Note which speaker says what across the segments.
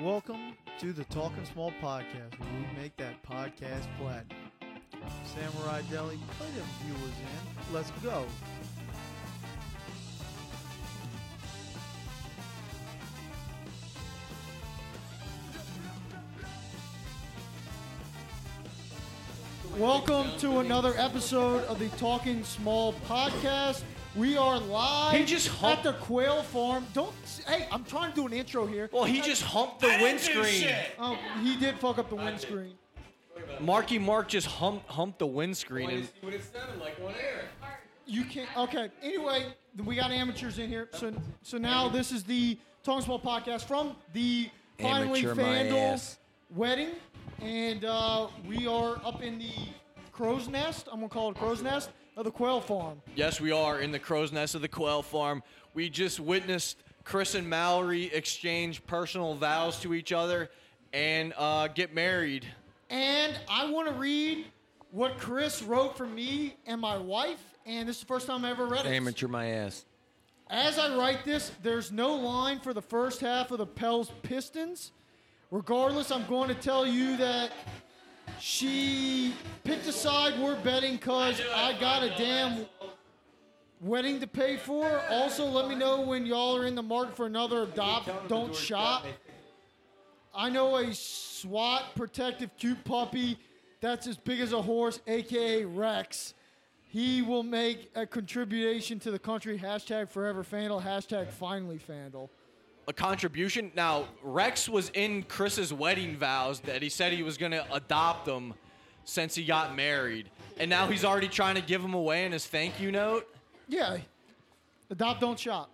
Speaker 1: Welcome to the Talking Small podcast, where we make that podcast platinum. Samurai Deli, play them viewers in. Let's go. Welcome to another episode of the Talking Small podcast. We are live
Speaker 2: He just
Speaker 1: at
Speaker 2: humped-
Speaker 1: the Quail Farm. Don't hey, I'm trying to do an intro here.
Speaker 2: Well, he just humped the windscreen.
Speaker 1: Oh, he did fuck up the windscreen.
Speaker 2: Marky Mark just humped humped the windscreen. And
Speaker 3: what it sounded like on air.
Speaker 1: You can't. Okay. Anyway, we got amateurs in here, so so now this is the Talking Small podcast from the finally
Speaker 2: Amateur my
Speaker 1: Fandle
Speaker 2: ass.
Speaker 1: wedding, and uh, we are up in the crow's nest. I'm gonna call it crow's nest of the quail farm.
Speaker 2: yes, we are in the crow's nest of the quail farm. We just witnessed Chris and Mallory exchange personal vows to each other and uh, get married.
Speaker 1: And I want to read what Chris wrote for me and my wife, and this is the first time I ever read it.
Speaker 4: Amateur my ass.
Speaker 1: As I write this, there's no line for the first half of the Pels Pistons. Regardless, I'm going to tell you that she picked a side we're betting because I got a damn wedding to pay for. Also, let me know when y'all are in the market for another adopt, don't shop. I know a SWAT protective cute puppy that's as big as a horse, aka Rex. He will make a contribution to the country. Hashtag forever Fandle. Hashtag finally Fandle.
Speaker 2: A contribution. Now, Rex was in Chris's wedding vows that he said he was going to adopt him since he got married. And now he's already trying to give him away in his thank you note.
Speaker 1: Yeah. Adopt, don't shop.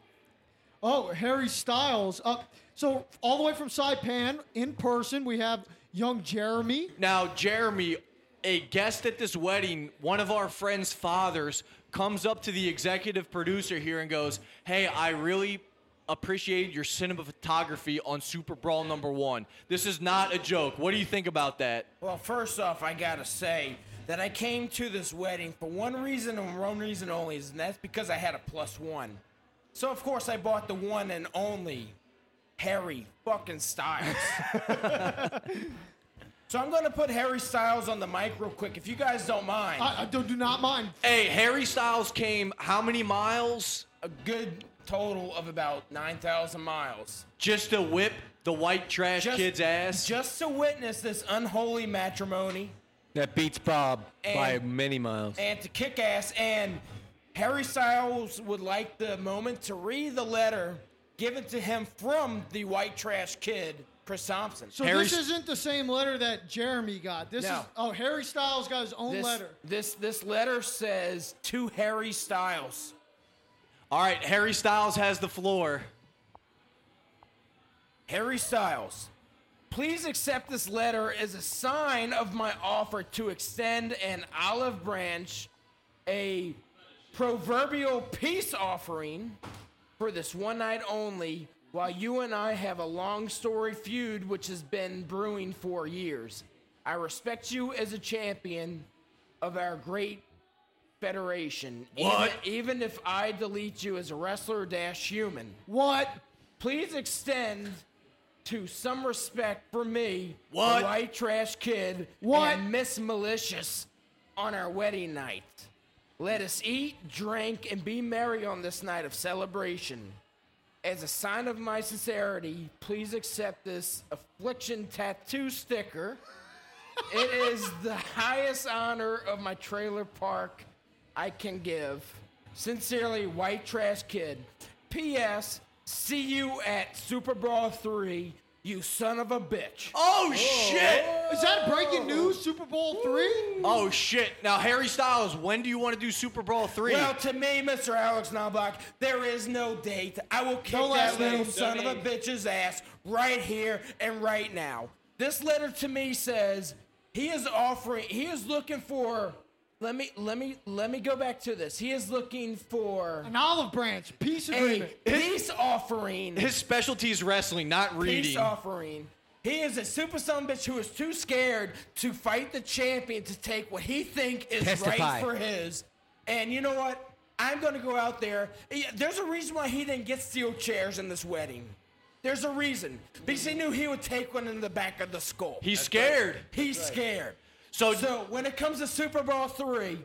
Speaker 1: Oh, Harry Styles up. So all the way from Saipan in person, we have young Jeremy.
Speaker 2: Now, Jeremy, a guest at this wedding, one of our friend's fathers, comes up to the executive producer here and goes, Hey, I really appreciated your cinematography on Super Brawl number one. This is not a joke. What do you think about that?
Speaker 3: Well, first off, I gotta say that I came to this wedding for one reason and one reason only, and that's because I had a plus one. So of course I bought the one and only Harry fucking Styles. so I'm gonna put Harry Styles on the mic real quick, if you guys don't mind.
Speaker 1: I, I do, do not mind.
Speaker 2: Hey, Harry Styles came how many miles
Speaker 3: a good total of about nine thousand miles.
Speaker 2: just to whip the white trash kid's ass?
Speaker 3: Just to witness this unholy matrimony.
Speaker 4: That beats Bob by
Speaker 3: And-
Speaker 4: many miles.
Speaker 3: and to kick ass. And Harry Styles would like the moment to read the letter given to him from the white trash kid, Chris Thompson.
Speaker 1: So
Speaker 2: Harry
Speaker 1: this
Speaker 2: St-
Speaker 1: isn't the same letter that Jeremy got. This
Speaker 3: No.
Speaker 1: is oh Harry Styles got his own
Speaker 3: this,
Speaker 1: letter.
Speaker 3: This this letter says to Harry Styles.
Speaker 2: All right, Harry Styles has the floor.
Speaker 3: Harry Styles, please accept this letter as a sign of my offer to extend an olive branch, a proverbial peace offering for this one night only, while you and I have a long story feud which has been brewing for years. I respect you as a champion of our great federation.
Speaker 2: What?
Speaker 3: Even, even if I delete you as a wrestler dash human
Speaker 1: What?
Speaker 3: please extend to some respect for me,
Speaker 2: What?
Speaker 3: the white trash kid,
Speaker 1: What?
Speaker 3: and Miss Malicious on our wedding night. Let us eat, drink, and be merry on this night of celebration. As a sign of my sincerity, please accept this affliction tattoo sticker. it is the highest honor of my trailer park I can give. Sincerely, White Trash Kid. P.S. See you at Super Bowl 3, you son of a bitch.
Speaker 2: Oh, shit!
Speaker 1: Is that breaking news? Super Bowl three?
Speaker 2: Oh shit! Now Harry Styles, when do you want to do Super Bowl three?
Speaker 3: Well, to me, Mr. Alex Knobloch, there is no date. I will kick
Speaker 1: No
Speaker 3: that
Speaker 1: last name.
Speaker 3: little son of a bitch's ass right here and right now. This letter to me says he is offering. He is looking for. Let me let me let me go back to this. He is looking for
Speaker 1: An olive branch, peace
Speaker 3: a
Speaker 1: agreement.
Speaker 3: peace offering.
Speaker 1: Mm.
Speaker 2: His specialty is wrestling, not
Speaker 3: peace
Speaker 2: reading.
Speaker 3: offering. He is a super son of a bitch who is too scared to fight the champion to take what he think is
Speaker 4: Testify.
Speaker 3: right for his. And you know what? I'm gonna go out there. Yeah, There's a reason why he didn't get steel chairs in this wedding. There's a reason. Because he knew he would take one in the back of the skull.
Speaker 2: He's scared.
Speaker 3: He's scared.
Speaker 2: So-
Speaker 3: so when it comes to Super Bowl three,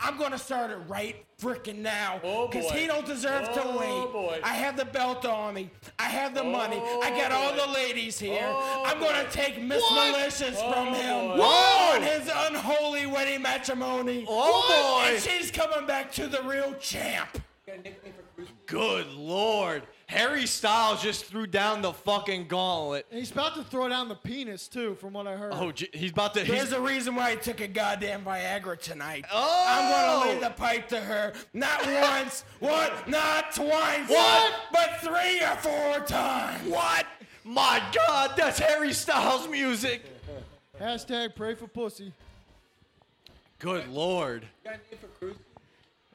Speaker 3: I'm gonna start it right frickin' now.
Speaker 5: Oh,
Speaker 3: Cause
Speaker 5: boy.
Speaker 3: he don't deserve
Speaker 5: Oh,
Speaker 3: to wait.
Speaker 5: boy.
Speaker 3: I have the belt on me. I have the money. I
Speaker 2: Oh,
Speaker 3: got all
Speaker 5: boy.
Speaker 3: the ladies here.
Speaker 5: Oh,
Speaker 3: I'm gonna take Miss Malicious from him
Speaker 5: boy.
Speaker 2: Oh, Whoa.
Speaker 3: on his unholy wedding matrimony.
Speaker 2: Oh,
Speaker 3: And
Speaker 2: boy.
Speaker 3: she's coming back to the real champ.
Speaker 2: Good lord. Harry Styles just threw down the fucking gauntlet.
Speaker 1: And he's about to throw down the penis too, from what I heard.
Speaker 2: Oh, j- he's about to.
Speaker 3: There's
Speaker 2: He's,
Speaker 3: a reason why I took a goddamn Viagra tonight.
Speaker 2: Oh!
Speaker 3: I'm gonna lay the pipe to her. Not once, what? Not twice.
Speaker 2: What?
Speaker 3: But three or four times.
Speaker 2: what? My God, that's Harry Styles music.
Speaker 1: Hashtag pray for pussy.
Speaker 2: Good lord.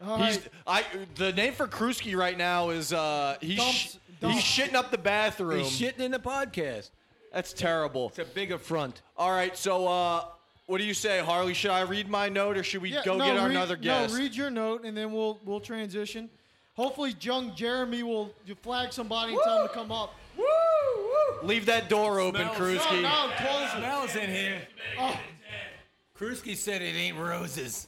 Speaker 1: All
Speaker 2: He's
Speaker 1: right.
Speaker 2: I the name for Krusky right now is uh he's sh-
Speaker 1: Dumps-
Speaker 2: he's shitting up the bathroom.
Speaker 4: He's shitting in the podcast.
Speaker 2: That's terrible.
Speaker 4: It's a big affront.
Speaker 2: All right, so uh what do you say, Harley? Should I read my note or should we
Speaker 1: Yeah,
Speaker 2: go
Speaker 1: no,
Speaker 2: get our
Speaker 1: read-
Speaker 2: another guest?
Speaker 1: No, read your note and then we'll we'll transition. Hopefully, Jung Jeremy will you flag somebody and tell him to come up.
Speaker 2: Leave that door open,
Speaker 5: Smells-
Speaker 1: No,
Speaker 2: Krusky.
Speaker 1: no, close it.
Speaker 5: Smells in here.
Speaker 1: Oh,
Speaker 5: Krusky said it ain't roses.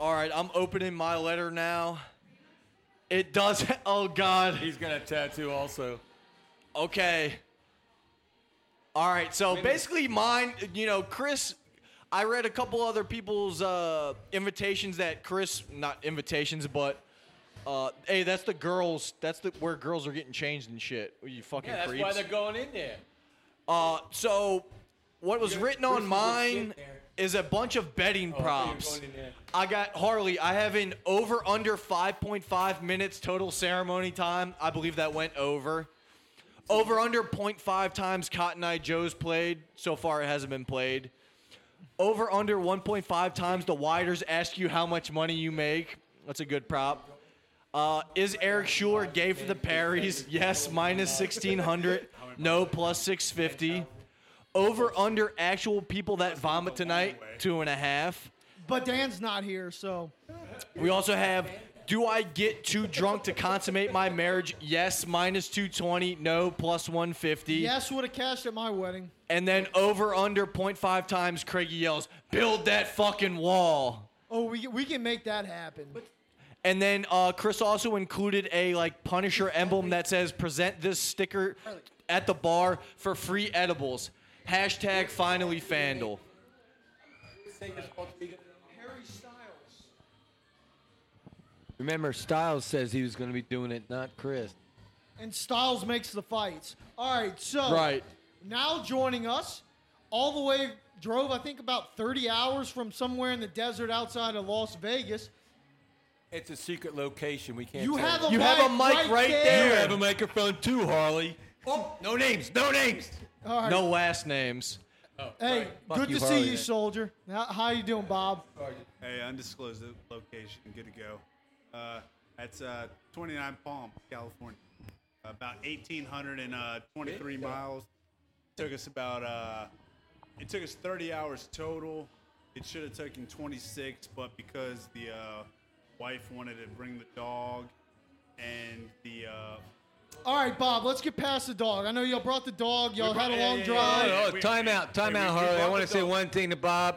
Speaker 2: All right, I'm opening my letter now. It does. Oh God.
Speaker 5: He's gonna tattoo also.
Speaker 2: Okay. All right. So basically, mine. You know, Chris. I read a couple other people's uh, invitations that Chris, not invitations, but uh, hey, that's the girls. That's the where girls are getting changed and shit. You fucking
Speaker 5: Yeah, that's
Speaker 2: creeps.
Speaker 5: why they're going in there.
Speaker 2: uh, so what was written on
Speaker 5: Chris is
Speaker 2: mine
Speaker 5: getting there.
Speaker 2: is a bunch of
Speaker 5: I
Speaker 2: betting
Speaker 5: thought you were
Speaker 2: props.
Speaker 5: going in there.
Speaker 2: I got Harley. I have an over under 5.5 minutes total ceremony time. I believe that went over. Over under 0.5 times Cotton Eye Joe's played. So far, it hasn't been played. Over under 1.5 times the widers ask you how much money you make. That's a good prop. Uh, is Eric Schuler gay for the parries? Yes, minus 1600. No, plus 650. Over under actual people that vomit tonight, two and a half.
Speaker 1: but Dan's not here, so
Speaker 2: We also have Do I get too drunk to consummate my marriage? Yes, minus 220. No, plus 150.
Speaker 1: yes would have cashed at my wedding.
Speaker 2: And then over under 0.5 times, Craigie yells, Build that fucking wall.
Speaker 1: Oh, we we can make that happen.
Speaker 2: And then uh, Chris also included a like Punisher emblem that says present this sticker at the bar for free edibles. Hashtag finally Fandle.
Speaker 4: Remember, Styles says he was going to be doing it, not Chris.
Speaker 1: And Styles makes the fights. All right, so
Speaker 2: Right.
Speaker 1: now joining us, all the way drove I think about 30 hours from somewhere in the desert outside of Las Vegas.
Speaker 5: It's a secret location. We can't.
Speaker 1: You
Speaker 5: tell
Speaker 1: have a
Speaker 2: You
Speaker 1: mic
Speaker 2: have a mic
Speaker 1: right,
Speaker 2: right
Speaker 1: there.
Speaker 2: there.
Speaker 5: a microphone too, Harley. Oh, no names, no names.
Speaker 1: All right.
Speaker 2: No last names.
Speaker 1: Hey,
Speaker 4: Fuck
Speaker 1: good
Speaker 4: you,
Speaker 1: to
Speaker 4: Harley.
Speaker 1: see you, soldier. How, how you doing, Bob?
Speaker 6: Hey, undisclosed location, good to go. Uh, that's uh, 29 Palm, California. About 1,823 uh, miles. took us about, uh, it took us 30 hours total. It should have taken 26, but because the uh, wife wanted to bring the dog and the, uh,
Speaker 1: All right, Bob, let's get past the dog. I know y'all brought the dog. Y'all
Speaker 6: brought-
Speaker 1: had a
Speaker 6: yeah,
Speaker 1: long
Speaker 6: yeah, yeah,
Speaker 1: drive.
Speaker 6: yeah.
Speaker 4: Oh,
Speaker 6: we-
Speaker 4: time out, time
Speaker 6: we-
Speaker 4: out,
Speaker 6: we
Speaker 4: Harley. I
Speaker 6: brought
Speaker 4: want to
Speaker 6: the
Speaker 4: say
Speaker 6: dog.
Speaker 4: one thing to Bob.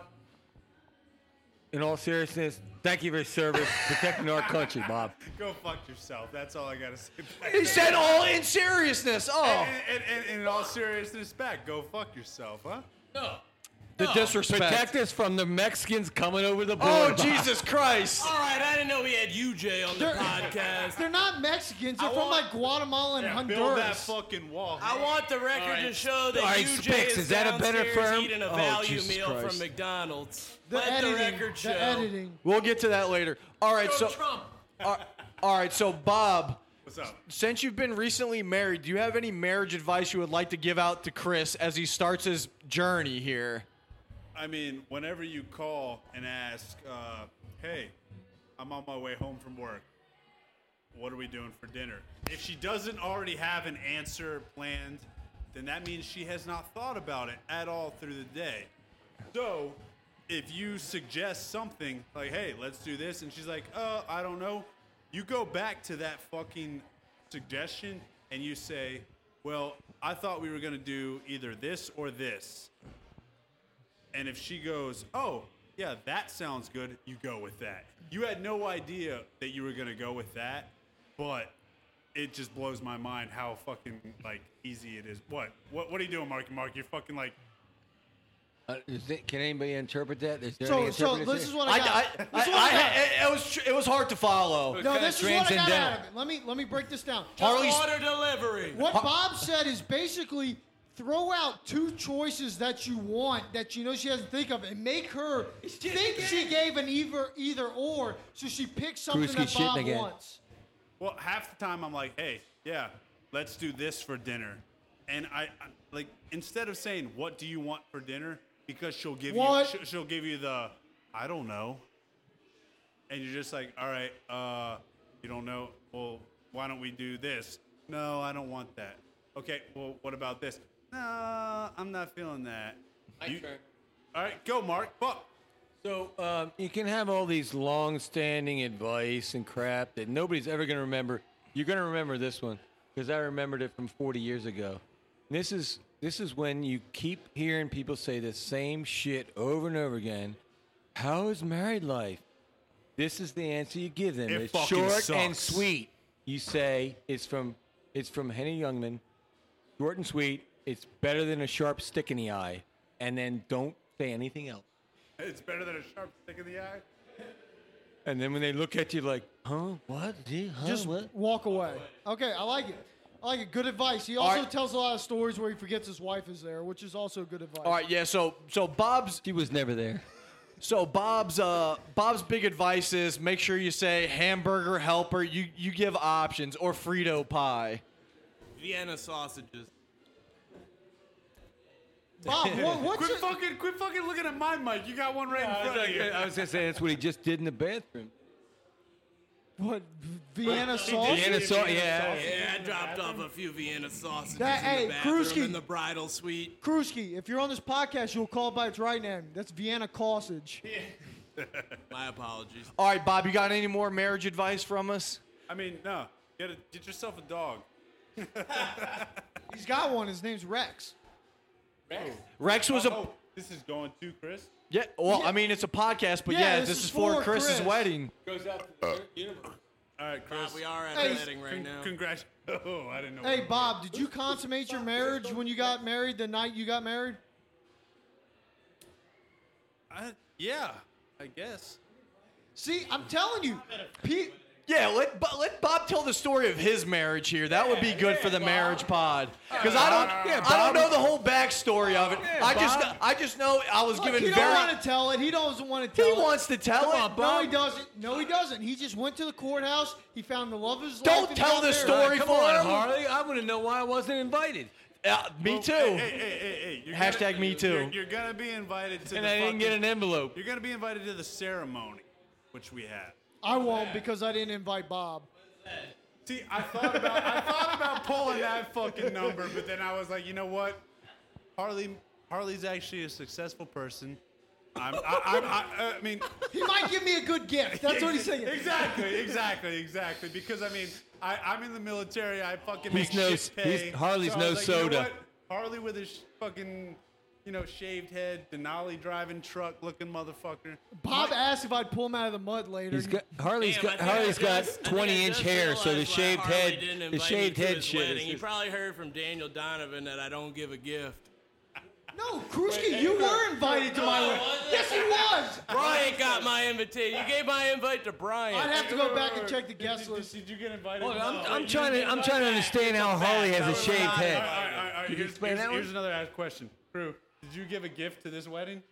Speaker 4: In all seriousness, thank you for your service protecting our country, Bob.
Speaker 6: go fuck yourself. That's all I got to say.
Speaker 2: He said all in seriousness. Oh,
Speaker 6: and, and, and, and in all seriousness, back, go fuck yourself, huh?
Speaker 2: the disrespect.
Speaker 4: Protect us from the Mexicans coming over the border.
Speaker 2: oh,
Speaker 4: Bob.
Speaker 2: Jesus Christ.
Speaker 5: All right, I didn't know we had UJ on the
Speaker 1: They're-
Speaker 5: podcast.
Speaker 1: They're not Mexicans. They're
Speaker 5: I
Speaker 1: from
Speaker 5: want-
Speaker 1: like Guatemala and
Speaker 6: Build that
Speaker 1: Honduras.
Speaker 6: fucking wall.
Speaker 5: I want the record
Speaker 7: All right.
Speaker 5: to show that
Speaker 4: All right,
Speaker 5: UJ
Speaker 4: Specs,
Speaker 5: is,
Speaker 4: is that a better
Speaker 5: downstairs
Speaker 4: firm?
Speaker 5: eating a
Speaker 4: Oh,
Speaker 5: value
Speaker 4: Jesus
Speaker 5: meal
Speaker 4: Christ.
Speaker 5: from McDonald's.
Speaker 1: The
Speaker 5: Let
Speaker 1: editing,
Speaker 5: the record show.
Speaker 1: The editing.
Speaker 2: We'll get to that later. All right, so
Speaker 5: Trump.
Speaker 2: all right- all right, so Bob,
Speaker 6: What's up?
Speaker 2: since you've been recently married, do you have any marriage advice you would like to give out to Chris as he starts his journey here?
Speaker 6: I mean, whenever you call and ask, uh, hey, I'm on my way home from work. What are we doing for dinner? If she doesn't already have an answer planned, then that means she has not thought about it at all through the day. So, if you suggest something like, hey, let's do this, and she's like, uh, I don't know, you go back to that fucking suggestion and you say, "Well, I thought we were going to do either this or this." And if she goes, "Oh, yeah, that sounds good," you go with that. You had no idea that you were going to go with that, but it just blows my mind how fucking like easy it is. What? What? What are you doing, Marky Mark? You're fucking like
Speaker 4: Uh, is it, can anybody interpret that? Is there
Speaker 1: So,
Speaker 4: any
Speaker 1: so
Speaker 4: interpreters
Speaker 1: this
Speaker 4: here?
Speaker 1: is what
Speaker 2: I,
Speaker 1: I
Speaker 2: I,
Speaker 1: got.
Speaker 2: I,
Speaker 1: This is what I got.
Speaker 2: I- it, it was tr- it was hard to follow.
Speaker 1: no, this is what I got out
Speaker 4: transcendental.
Speaker 1: of it. Let me let me break this down.
Speaker 2: Harley's
Speaker 5: Order delivery.
Speaker 1: What Bob said is basically throw out two choices that you want that you know she doesn't think of and make her think she gave an either either or so she picks something
Speaker 4: Kruski
Speaker 1: that
Speaker 4: shitting
Speaker 1: Bob
Speaker 4: again.
Speaker 1: wants.
Speaker 6: Well, half the time I'm like, hey, yeah, let's do this for dinner. And I, I like instead of saying what do you want for dinner, because she'll give
Speaker 1: What?
Speaker 6: you she'll, she'll give you the I don't know. And you're just like, all right, uh, you don't know. Well, why don't we do this? No, I don't want that. Okay, well, what about this? No, I'm not feeling that. You- all right, go, Mark. Fuck.
Speaker 4: So um, you can have all these long-standing advice and crap that nobody's ever going to remember. You're going to remember this one because I remembered it from 40 years ago. And this is this is when you keep hearing people say the same shit over and over again. How is married life? This is the answer you give them.
Speaker 6: It
Speaker 4: it's
Speaker 6: fucking
Speaker 4: short and
Speaker 6: sucks.
Speaker 4: sweet. You say it's from it's from Henny Youngman. Short and sweet. It's better than a sharp stick in the eye. And then don't say anything else.
Speaker 6: It's better than a sharp stick in the eye.
Speaker 4: And then when they look at you like, huh, what? Gee, huh,
Speaker 1: Just
Speaker 4: what?
Speaker 1: walk away. Okay, I like it. I like it. Good advice. He also
Speaker 2: right.
Speaker 1: tells a lot of stories where he forgets his wife is there, which is also good advice.
Speaker 2: All right, yeah. So so Bob's
Speaker 4: She was never there.
Speaker 2: So Bob's uh, Bob's big advice is make sure you say hamburger helper. You you give options or Frito pie.
Speaker 5: Vienna sausages.
Speaker 1: Bob, what, what's
Speaker 6: Quit
Speaker 1: it?
Speaker 6: fucking, quit fucking looking at my mic. You got one right in front of you.
Speaker 4: I was gonna say that's what he just did in the bathroom.
Speaker 1: What Vienna sauce?
Speaker 4: Vienna sau- yeah,
Speaker 5: Yeah, I dropped off a few Vienna sausages
Speaker 1: That-
Speaker 5: in
Speaker 1: hey,
Speaker 5: the bathroom
Speaker 1: Kruski.
Speaker 5: in the bridal suite.
Speaker 1: Kruski, if you're on this podcast, you'll call it by its right name. That's Vienna sausage.
Speaker 5: My apologies.
Speaker 2: All right, Bob, you got any more marriage advice from us?
Speaker 6: I mean, no. Get a, get yourself a dog.
Speaker 1: He's got one. His name's Rex.
Speaker 2: Rex was a
Speaker 6: Oh, this is going to Chris.
Speaker 2: yeah. Well, I mean it's a podcast, but
Speaker 1: Yeah,
Speaker 2: yeah,
Speaker 1: this
Speaker 2: this,
Speaker 1: is
Speaker 2: is, for
Speaker 1: for
Speaker 2: Chris's
Speaker 1: Chris.
Speaker 2: wedding.
Speaker 4: Goes out to the universe.
Speaker 6: All right, Chris.
Speaker 5: Bob, we are at
Speaker 1: Hey,
Speaker 5: a wedding right
Speaker 6: Con-
Speaker 5: now.
Speaker 6: Congrats. Oh, I didn't know.
Speaker 1: Hey, Bob, did you consummate your marriage when you got married, the night you got married?
Speaker 6: I, yeah, I guess.
Speaker 1: See, I'm telling you. Pe-
Speaker 2: Yeah, let Bo- let Bob tell the story of his marriage here. That would be good for the marriage pod because I don't
Speaker 4: Yeah,
Speaker 2: I don't
Speaker 4: Bob.
Speaker 2: know the whole backstory of it. I just
Speaker 4: Bob.
Speaker 2: I just know I was
Speaker 1: Look,
Speaker 2: given
Speaker 1: he don't
Speaker 2: very.
Speaker 1: want to tell it. He doesn't want to
Speaker 2: He
Speaker 1: tell it.
Speaker 2: wants to tell it.
Speaker 1: No, he doesn't. No, he doesn't. He just went to the courthouse. He found the love of his
Speaker 2: Don't
Speaker 1: life. and he
Speaker 2: tell
Speaker 1: got
Speaker 2: the
Speaker 1: married.
Speaker 2: story
Speaker 4: Come
Speaker 2: for
Speaker 4: on,
Speaker 2: him.
Speaker 4: Harley. I want to know why I wasn't invited.
Speaker 2: Uh, me too.
Speaker 6: Hey, hey, hey, hey, hey, you're
Speaker 2: Hashtag
Speaker 6: gonna-
Speaker 2: me too.
Speaker 6: You're, you're gonna be invited to.
Speaker 4: And
Speaker 6: the
Speaker 4: I didn't
Speaker 6: fucking-
Speaker 4: get an envelope.
Speaker 6: You're gonna be invited to the ceremony, which we have.
Speaker 1: I won't because I didn't invite Bob.
Speaker 6: See, I thought about I thought about pulling that fucking number, but then I was like, you know what? Harley Harley's actually a successful person. I'm, I, I, I, I mean,
Speaker 1: He might give me a good gift. That's what he's saying.
Speaker 6: Exactly, exactly, exactly. Because I mean, I, I'm in the military. I fucking
Speaker 4: He's
Speaker 6: make
Speaker 4: no-
Speaker 6: shit
Speaker 4: he's-
Speaker 6: pay.
Speaker 4: Harley's
Speaker 6: I was
Speaker 4: no
Speaker 6: like, you know
Speaker 4: soda.
Speaker 6: what? Harley with his sh- fucking, you know, shaved head, Denali driving truck looking motherfucker.
Speaker 1: Bob asked if I'd pull him out of the mud later.
Speaker 4: He's got Harley's
Speaker 5: Damn, I
Speaker 4: got
Speaker 5: think I
Speaker 4: Harley's got
Speaker 5: just- I think I
Speaker 4: 20 inch
Speaker 5: just
Speaker 4: hair, so the
Speaker 5: realized why
Speaker 4: shaved
Speaker 5: Harley
Speaker 4: head,
Speaker 5: didn't
Speaker 4: the
Speaker 5: invite me
Speaker 4: shaved
Speaker 5: to
Speaker 4: head
Speaker 5: his
Speaker 4: shit.
Speaker 5: wedding.
Speaker 4: Is
Speaker 5: He
Speaker 4: just-
Speaker 5: probably heard from Daniel Donovan that I don't give a gift.
Speaker 1: no, Kruski, you were invited to my
Speaker 5: No, I
Speaker 1: wedding.
Speaker 5: wasn't.
Speaker 1: Yes, he was.
Speaker 5: Brian got my invitation. You gave my invite to Brian.
Speaker 1: I'd have to go back and check the
Speaker 6: Did-
Speaker 1: guest
Speaker 6: did-
Speaker 1: list.
Speaker 6: Did, you get invited?
Speaker 4: Look, I'm,
Speaker 6: No.
Speaker 4: I'm trying to I'm trying to understand how Harley has a shaved
Speaker 6: All right, all
Speaker 4: head.
Speaker 6: right, all right, all right.
Speaker 4: you
Speaker 6: Here's,
Speaker 4: explain
Speaker 6: here's,
Speaker 4: that one?
Speaker 6: here's another ass question. Crew, did you give a gift to this wedding?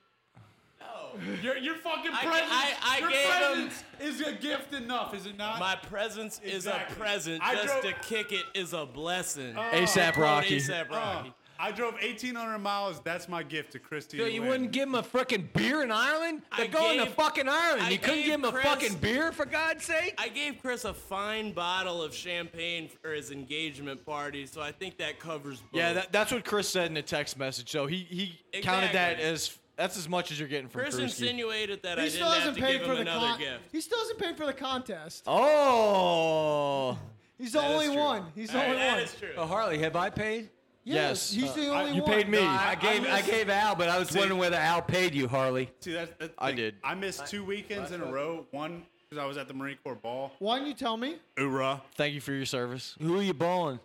Speaker 6: No. Your, your fucking
Speaker 5: I-
Speaker 6: presence,
Speaker 5: I- I
Speaker 6: your
Speaker 5: gave him-
Speaker 6: presence is a gift enough, is it not?
Speaker 5: My presence is a
Speaker 6: Exactly.
Speaker 5: present.
Speaker 6: I
Speaker 5: Just
Speaker 6: drove-
Speaker 5: to kick it is a blessing.
Speaker 1: Oh.
Speaker 2: ASAP Rocky.
Speaker 5: ASAP
Speaker 6: Uh,
Speaker 5: Rocky.
Speaker 6: I drove 1,800 miles. That's my gift to Christy.
Speaker 4: So
Speaker 6: and
Speaker 4: you
Speaker 6: Lynn.
Speaker 4: wouldn't give him a frickin' beer in Ireland?
Speaker 5: I
Speaker 4: They're going to
Speaker 5: gave-
Speaker 4: fucking
Speaker 1: Oh.
Speaker 4: Ireland.
Speaker 5: I
Speaker 4: you couldn't
Speaker 5: gave
Speaker 4: give him a
Speaker 5: Chris-
Speaker 4: fucking beer for God's sake?
Speaker 5: I gave Chris a fine bottle of champagne for his engagement party, so I think that covers both.
Speaker 2: Yeah, that, that's what Chris said in a text message. So he he counted that
Speaker 5: Exactly.
Speaker 2: as that's as much as you're getting from
Speaker 5: Chris
Speaker 2: Kruski.
Speaker 5: insinuated that I
Speaker 1: He
Speaker 5: didn't
Speaker 1: still
Speaker 5: have
Speaker 1: hasn't
Speaker 5: to
Speaker 1: paid
Speaker 5: give
Speaker 1: for
Speaker 5: him
Speaker 1: the
Speaker 5: another
Speaker 1: con-
Speaker 5: gift.
Speaker 1: He still hasn't paid for the contest.
Speaker 2: Oh,
Speaker 1: He's the
Speaker 5: That is
Speaker 1: only
Speaker 5: true.
Speaker 1: one. He's the
Speaker 5: All right,
Speaker 1: only
Speaker 5: that
Speaker 1: one.
Speaker 5: is true.
Speaker 4: Oh, Harley, have I paid? Uh,
Speaker 1: Yes,
Speaker 2: Yes.
Speaker 1: he's the only
Speaker 2: you
Speaker 1: one.
Speaker 2: paid me.
Speaker 4: I gave I,
Speaker 6: miss-
Speaker 4: gave Al, but I was wondering whether Al paid you, Harley.
Speaker 6: See, that's, that's
Speaker 2: I
Speaker 6: like,
Speaker 2: did.
Speaker 6: I missed two weekends in a row. One because I was at the Marine Corps ball.
Speaker 1: Why didn't you tell me?
Speaker 6: Hoorah.
Speaker 2: Thank you for your service.
Speaker 4: Who are you balling?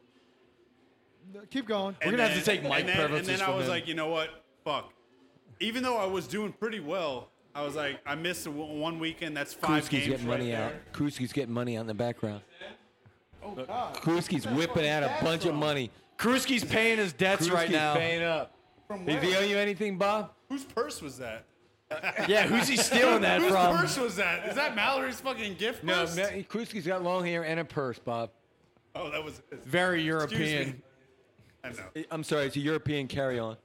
Speaker 1: Keep going.
Speaker 2: We're
Speaker 6: And
Speaker 2: gonna have to
Speaker 6: then-
Speaker 2: take Mike
Speaker 6: and then, and
Speaker 2: preferences
Speaker 6: then I
Speaker 2: from
Speaker 6: was
Speaker 2: him.
Speaker 6: like, you know what? Fuck. Even though I was doing pretty well, I was like, I missed a w- one weekend. That's five
Speaker 4: Kruski's
Speaker 6: games
Speaker 4: getting
Speaker 6: right
Speaker 4: money
Speaker 6: there.
Speaker 4: out. Kruski's getting money out in the background. Oh God! Kruski's whipping out a bunch of money.
Speaker 2: Kruski's paying his debts right
Speaker 4: Kruski's
Speaker 2: now.
Speaker 4: paying up.
Speaker 6: From
Speaker 4: Did
Speaker 6: where?
Speaker 4: he owe you anything, Bob?
Speaker 6: Whose purse was that?
Speaker 2: Yeah, who's he stealing that
Speaker 6: Whose
Speaker 2: from?
Speaker 6: purse was that? Is that Mallory's fucking gift
Speaker 4: No,
Speaker 6: purse?
Speaker 4: Ma- Kruski's got long hair and a purse, Bob.
Speaker 6: Oh, that was. his.
Speaker 2: Very
Speaker 6: Excuse me.
Speaker 2: European.
Speaker 6: I know.
Speaker 4: I'm sorry, it's a European carry-on.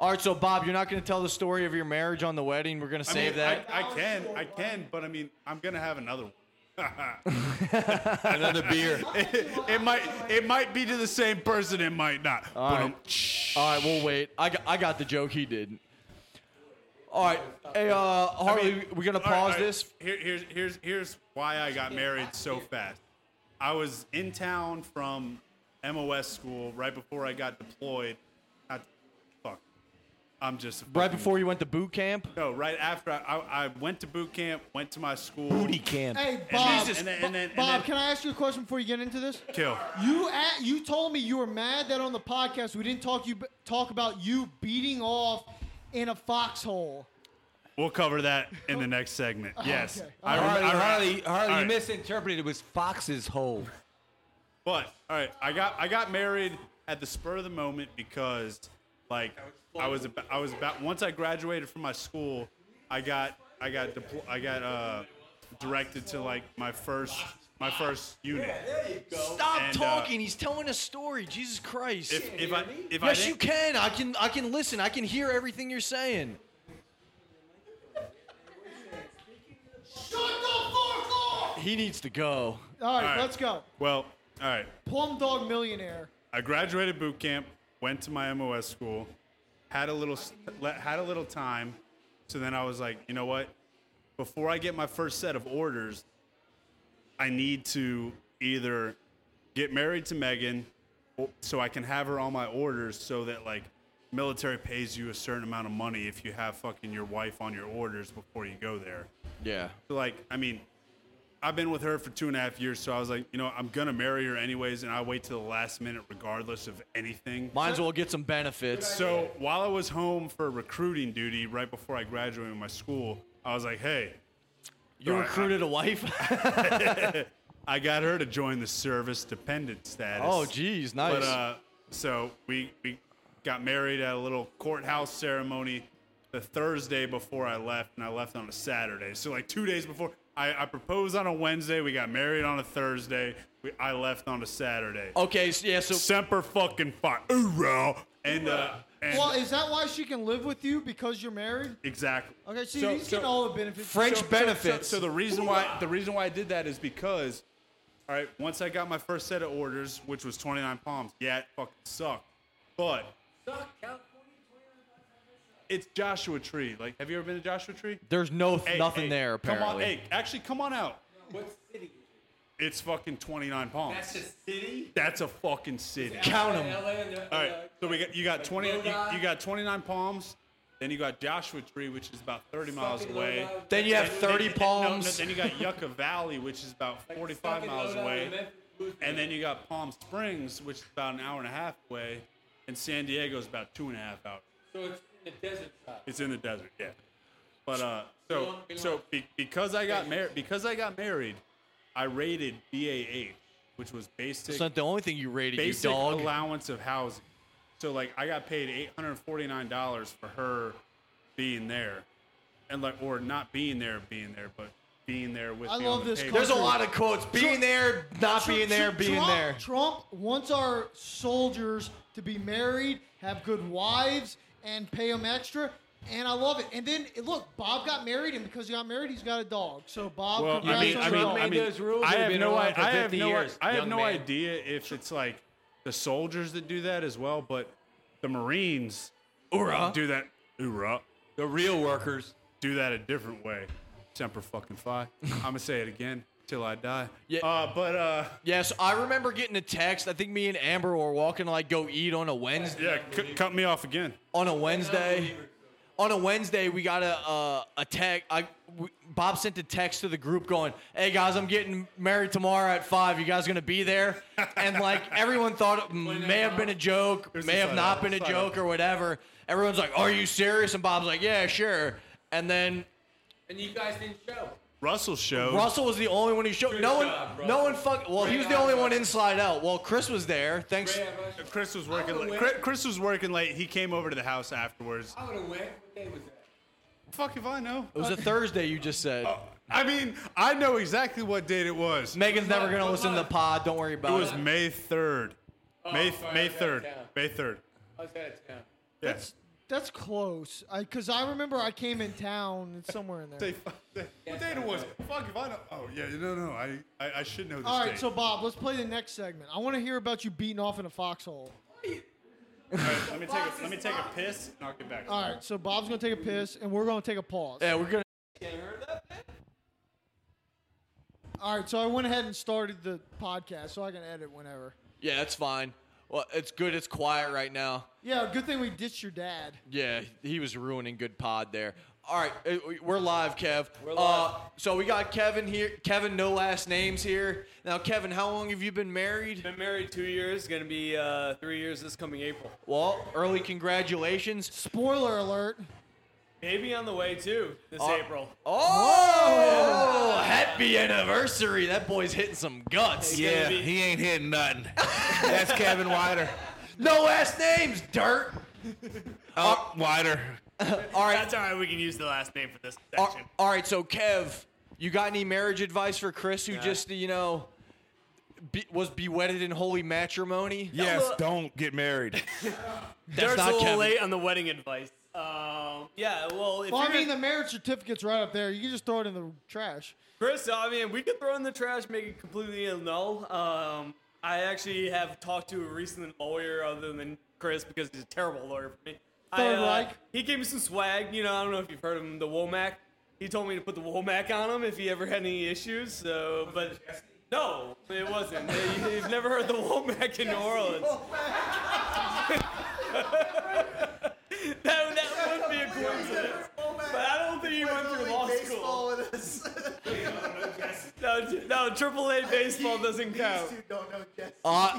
Speaker 2: All right, so Bob, you're not gonna tell the story of your marriage on the wedding. We're gonna
Speaker 6: I
Speaker 2: save
Speaker 6: mean,
Speaker 2: that.
Speaker 6: I, I can, I can, but I mean, I'm gonna have another one.
Speaker 4: Another beer.
Speaker 6: It might, it might be to the same person. It might not.
Speaker 2: All
Speaker 6: But
Speaker 2: right.
Speaker 6: um,
Speaker 2: All right, we'll wait. I got, I got the joke. He didn't. All right, hey, uh, Harley, we're gonna
Speaker 6: All right, all
Speaker 2: pause
Speaker 6: right.
Speaker 2: this.
Speaker 6: Here, here's here's here's why I got married so fast. I was in town from MOS school right before I got deployed. Not, fuck. I'm just a
Speaker 2: Right
Speaker 6: fucking-
Speaker 2: before you went to boot camp.
Speaker 6: No, right after I, I, I went to boot camp, went to my school.
Speaker 4: Booty camp.
Speaker 1: Hey, Bob.
Speaker 6: Jesus. And then- and then- and
Speaker 1: Bob,
Speaker 6: then-
Speaker 1: can I ask you a question before you get into this?
Speaker 6: kill.
Speaker 1: You at, you told me you were mad that on the podcast we didn't talk you talk about you beating off in a foxhole.
Speaker 6: We'll cover that in the next segment. Yes,
Speaker 1: Oh, okay.
Speaker 6: I, rem- I,
Speaker 4: Harley,
Speaker 6: rem-
Speaker 4: Harley, Harley,
Speaker 6: all
Speaker 4: you
Speaker 6: right.
Speaker 4: misinterpreted. It was Fox's hole.
Speaker 6: But all right, I got I got married at the spur of the moment because like I was about, I was about once I graduated from my school, I got I got depl- I got uh, directed to like my first my first unit.
Speaker 2: Stop
Speaker 6: And, uh,
Speaker 2: talking. He's telling a story. Jesus Christ.
Speaker 6: If, if I if I
Speaker 2: yes,
Speaker 6: didn't-
Speaker 2: you can. I can. I can listen. I can hear everything you're saying. He needs to go.
Speaker 1: All
Speaker 6: All
Speaker 1: right.
Speaker 6: right.
Speaker 1: let's go.
Speaker 6: well, all right.
Speaker 1: Plum Dog Millionaire.
Speaker 6: I graduated boot camp, went to my MOS school, had a little st- le- had a little time. So then I was like, you know what? Before I get my first set of orders, I need to either get married to Megan o- so I can have her on my orders so that like military pays you a certain amount of money if you have fucking your wife on your orders before you go there.
Speaker 2: Yeah.
Speaker 6: So, like I mean, I've been with her for two and a half years, so I was like, you know, I'm gonna marry her anyways, and I wait till the last minute regardless of anything.
Speaker 2: Might as well get some benefits.
Speaker 6: So while I was home for recruiting duty right before I graduated from my school, I was like, hey,
Speaker 2: You
Speaker 6: Right.
Speaker 2: recruited a wife.
Speaker 6: I got her to join the service dependent status.
Speaker 2: oh, geez, nice.
Speaker 6: But uh, so we we got married at a little courthouse ceremony the Thursday before I left, and I left on a Saturday. So like two days before, I, I proposed on a Wednesday. We got married on a Thursday. We, I left on a Saturday.
Speaker 2: okay. So, yeah. So
Speaker 6: Semper fucking fi. Hoorah! And uh, and
Speaker 1: Well, is that why she can live with you because you're married?
Speaker 6: exactly.
Speaker 1: Okay, see,
Speaker 6: So-
Speaker 1: he's getting
Speaker 6: so-
Speaker 1: all the benefits.
Speaker 2: French benefits.
Speaker 6: So, so the reason why the reason why I did that is because, all right, once I got my first set of orders, which was 29 palms, yeah, it fucking sucked, but it's Joshua Tree. Like, have you ever been to Joshua Tree?
Speaker 2: There's no
Speaker 6: Hey,
Speaker 2: nothing
Speaker 6: hey,
Speaker 2: there apparently.
Speaker 6: Come on, hey, actually, come on out. What city? It's fucking 29 palms. That's a city. That's a fucking city.
Speaker 2: Count them.
Speaker 5: uh,
Speaker 6: All right, so we got you got 20 you, you got 29 palms. Then you got Joshua Tree, which is about 30 miles away.
Speaker 2: Then you have 30
Speaker 6: Then- then- no, no,
Speaker 2: palms.
Speaker 6: then you got Yucca Valley, which is about 45 miles away. And then you got Palm Springs, which is about an hour and a half away. And San Diego's about two and a half hours. So it's in the desert. It's in the desert, yeah. But uh, so so be- because I got married, because I got married, I rated BAH, which was basic
Speaker 2: It's not the only thing you rated, you
Speaker 6: basic
Speaker 2: dog.
Speaker 6: allowance of housing. So like I got paid eight hundred forty nine dollars for her being there, and like or not being there, being there, but being there with.
Speaker 1: I
Speaker 6: me
Speaker 1: love
Speaker 6: on
Speaker 1: this
Speaker 6: The
Speaker 1: country.
Speaker 2: There's
Speaker 6: table.
Speaker 2: a lot of quotes. Being there, not being there,
Speaker 1: Tr-
Speaker 2: being
Speaker 1: Trump,
Speaker 2: there.
Speaker 1: Trump wants our soldiers to be married, have good wives, and pay them extra. And I love it. And then eh, look, Bob got married, and because he got married, he's got a dog. So Bob,
Speaker 6: Well, I
Speaker 1: congrats
Speaker 6: mean,
Speaker 1: on
Speaker 6: I
Speaker 1: your
Speaker 6: mean,
Speaker 1: dog.
Speaker 6: I mean,
Speaker 4: those rules
Speaker 6: I
Speaker 4: have
Speaker 6: have
Speaker 4: been
Speaker 6: no,
Speaker 4: around
Speaker 6: I,
Speaker 4: for
Speaker 6: I have
Speaker 4: 50
Speaker 6: no,
Speaker 4: years,
Speaker 6: I have
Speaker 4: young
Speaker 6: no
Speaker 4: man.
Speaker 6: idea if it's like the soldiers that do that as well, but the Marines do that. Hoorah.
Speaker 4: The real workers.
Speaker 6: do that a different way. Semper fucking fi. I'm gonna say it again. till I die.
Speaker 2: Yeah.
Speaker 6: Uh, but uh,
Speaker 2: Yes, I remember getting a text. I think me and Amber were walking to like go eat on a Wednesday.
Speaker 6: yeah, c- cut me off again.
Speaker 2: On a Wednesday. On a Wednesday, we got a a, a text. I we, Bob sent a text to the group going, "Hey guys, I'm getting married tomorrow at five. You guys gonna be there?" And like everyone thought it may have been a joke,
Speaker 6: Here's
Speaker 2: may
Speaker 6: the
Speaker 2: have
Speaker 6: side
Speaker 2: not
Speaker 6: eye,
Speaker 2: been a
Speaker 6: side eye.
Speaker 2: joke or whatever. Everyone's like, "Are you serious?" And Bob's like, "Yeah, sure." And then
Speaker 7: And you guys didn't show.
Speaker 6: Russell showed.
Speaker 2: Russell was the only one who showed. No one, no one fuck. Well, he was the only one inside out. Well, Chris was there. Thanks.
Speaker 6: Chris was working. Late. Chris, Chris was working late. He came over to the house afterwards.
Speaker 7: I would have went. What day was that?
Speaker 6: Fuck if I know.
Speaker 2: It was a Thursday. You just said
Speaker 6: Uh, I mean, I know exactly what date it was.
Speaker 2: Megan's never gonna
Speaker 7: what
Speaker 2: listen to the
Speaker 7: month?
Speaker 2: pod. Don't worry
Speaker 6: It
Speaker 2: about
Speaker 6: was
Speaker 2: it.
Speaker 6: May third. May
Speaker 7: sorry,
Speaker 6: May
Speaker 7: I got it
Speaker 6: third.
Speaker 7: down.
Speaker 6: May third.
Speaker 7: I was out of town.
Speaker 6: Yes.
Speaker 1: That's close. I because I remember I came in town and somewhere in there.
Speaker 6: What date it was? Fuck if I know. Oh yeah, no, no, I, I, I should know this
Speaker 1: All
Speaker 6: date.
Speaker 1: right, so Bob, let's play the next segment. I want to hear about you beating off in a foxhole.
Speaker 6: let me take a, let me take a piss and I'll get back.
Speaker 1: All right, so Bob's gonna take a piss and we're gonna take a pause.
Speaker 2: Yeah, we're gonna.
Speaker 1: All right, so I went ahead and started the podcast so I can edit whenever.
Speaker 2: Yeah, it's fine. Well, it's good. It's quiet right now.
Speaker 1: Yeah, good thing we ditched your dad.
Speaker 2: Yeah, he was ruining good pod there. All right, uh, we're live, Kev. We're live. Uh, so we got Kevin here. Kevin, no last names here. Now, Kevin, how long have you been married?
Speaker 7: Been married two years. Gonna be uh, three years this coming April.
Speaker 2: Well, early congratulations.
Speaker 1: Spoiler alert.
Speaker 7: Baby on the way too this
Speaker 2: Uh,
Speaker 7: April.
Speaker 2: Oh, happy anniversary! That boy's hitting some guts.
Speaker 7: Yeah,
Speaker 5: he ain't hitting nothing. That's Kevin Wider.
Speaker 2: No last names, dirt.
Speaker 5: Oh, Wider.
Speaker 2: All right,
Speaker 5: That's all right. We can use the last name for this
Speaker 2: all,
Speaker 5: section.
Speaker 2: all right. So, Kev, you got any marriage advice for Chris, who just you know be, was bewedded in holy matrimony?
Speaker 8: Yes, don't get married.
Speaker 2: that's
Speaker 7: Dirt's a
Speaker 2: not
Speaker 7: little
Speaker 2: Kevin.
Speaker 7: late on the wedding advice. Um, yeah, well, if
Speaker 1: Well, I
Speaker 7: you're
Speaker 1: mean,
Speaker 7: gonna-
Speaker 1: the marriage certificate's right up there. You can just throw it in the trash.
Speaker 7: Chris, I mean, we could throw in the trash, make it completely null. Um, I actually have talked to a recent lawyer other than Chris because he's a terrible lawyer for me. I,
Speaker 1: Third
Speaker 7: uh,
Speaker 1: Reich.
Speaker 7: He gave me some swag. You know, I don't know if you've heard of him, the Womack. He told me to put the Womack on him if he ever had any issues. So, but no, it wasn't. You- You've never heard the Womack in New Orleans. that, that would be a coincidence. But I don't think he went through law school. No, t- no, Triple A baseball doesn't count.
Speaker 2: Uh,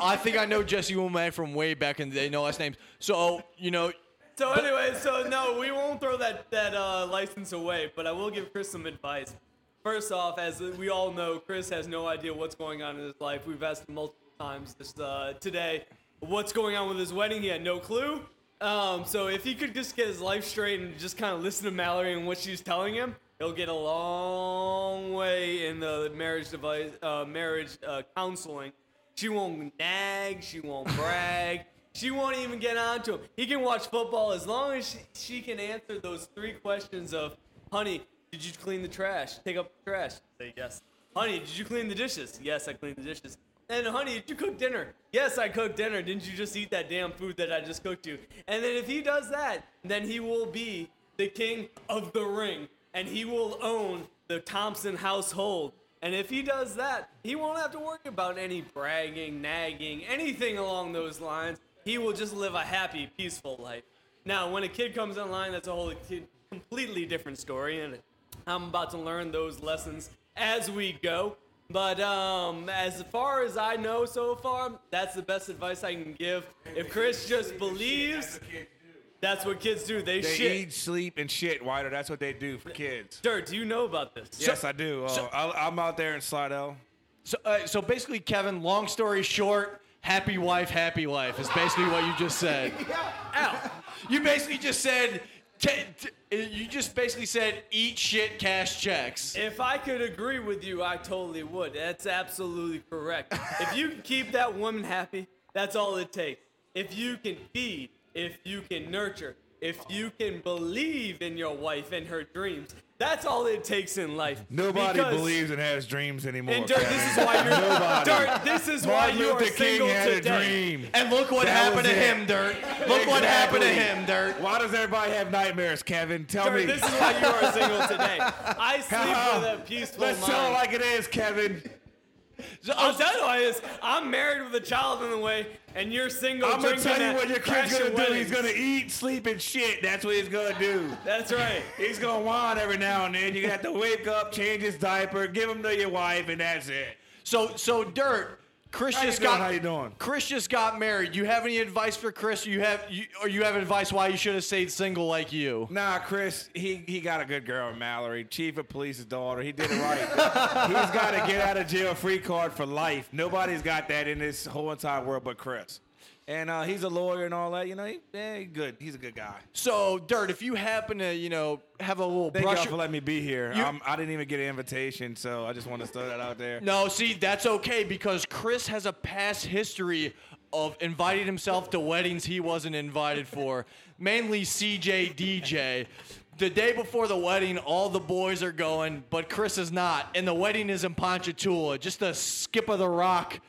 Speaker 2: I think I know Jesse Womack from way back in the day. No last names. So you know,
Speaker 7: So anyway, so no, we won't throw that that uh, license away. But I will give Chris some advice. First off, as we all know, Chris has no idea what's going on in his life. We've asked him multiple times this uh, today, what's going on with his wedding. He had no clue. Um, so if he could just get his life straight and just kind of listen to Mallory and what she's telling him, he'll get a long way in the marriage device, uh, marriage uh, counseling. She won't nag. She won't brag. She won't even get on to him. He can watch football as long as she, she can answer those three questions of, honey, did you clean the trash? Take up the trash. Say yes. Honey, did you clean the dishes? Yes, I cleaned the dishes. And honey, did you cook dinner? Yes, I cooked dinner. Didn't you just eat that damn food that I just cooked you? And then if he does that, then he will be the king of the ring, and he will own the Thompson household. And if he does that, he won't have to worry about any bragging, nagging, anything along those lines. He will just live a happy, peaceful life. Now, when a kid comes online, that's a whole ki- completely different story, and I'm about to learn those lessons as we go. But um, as far as I know so far, that's the best advice I can give. If Chris just believes, that's what kids do. They,
Speaker 8: They
Speaker 7: shit.
Speaker 8: eat, sleep, and shit, Wider. That's what they do for kids.
Speaker 7: Dirt, do you know about this?
Speaker 8: yes, I do. Oh,
Speaker 2: so-
Speaker 8: I, I'm out there in Slidell.
Speaker 2: so uh, so basically, Kevin. Long story short, happy wife, happy life is basically what you just said. Ow. You basically just said. T- t- eh, you just basically said eat shit, cash checks.
Speaker 7: If I could agree with you, I totally would. That's absolutely correct. if you can keep that woman happy, that's all it takes. If you can feed, if you can nurture, If you can believe in your wife and her dreams, that's all it takes in life.
Speaker 8: Nobody
Speaker 7: Because-
Speaker 8: believes and has dreams anymore.
Speaker 7: And Dirt, this is
Speaker 8: Kevin.
Speaker 7: why you're
Speaker 8: Nobody.
Speaker 7: Dirt, this is why
Speaker 8: Martin
Speaker 7: you are
Speaker 8: Luther King
Speaker 7: single
Speaker 8: had
Speaker 7: today.
Speaker 8: a dream.
Speaker 2: And look what
Speaker 8: That
Speaker 2: happened to
Speaker 8: was it.
Speaker 2: him, Dirt. Look what happened to him, Dirt.
Speaker 8: Why does everybody have nightmares, Kevin? Tell
Speaker 7: Dirt,
Speaker 8: me.
Speaker 7: this is why you are single today. I
Speaker 8: Come
Speaker 7: sleep
Speaker 8: on.
Speaker 7: with a peaceful
Speaker 8: Let's
Speaker 7: mind.
Speaker 8: tell it like it is, Kevin.
Speaker 7: I'll tell you why is I'm married with a child in the way, and you're single.
Speaker 8: I'm gonna
Speaker 7: drinking
Speaker 8: tell you
Speaker 7: at
Speaker 8: what your
Speaker 7: crash
Speaker 8: kid's gonna do.
Speaker 7: weddings.
Speaker 8: He's gonna eat, sleep, and shit. That's what he's gonna do.
Speaker 7: That's right.
Speaker 8: He's gonna whine every now and then. You have to wake up, change his diaper, give him to your wife, and that's it.
Speaker 2: So so Dirt, Chris
Speaker 8: How you
Speaker 2: just
Speaker 8: doing?
Speaker 2: got
Speaker 8: How you doing?
Speaker 2: Chris just got married. You have any advice for Chris? You have you, or you have advice why you should have stayed single like you?
Speaker 8: Nah, Chris, he, he got a good girl, Mallory, chief of police's daughter. He did it right. He's got to get out of jail free card for life. Nobody's got that in this whole entire world but Chris. And uh, he's a lawyer and all that. You know, he, yeah, he good. He's a good guy.
Speaker 2: So Dirt, if you happen to you know have a little
Speaker 8: Thank
Speaker 2: brush.
Speaker 8: y'all for letting me be here.
Speaker 2: You-
Speaker 8: I'm, I didn't even get an invitation, so I just want to throw that out there.
Speaker 2: no, see that's okay because Chris has a past history of inviting himself to weddings he wasn't invited for, mainly CJ DJ. The day before the wedding, all the boys are going, but Chris is not, and the wedding is in Ponchatoula, just a skip of the rock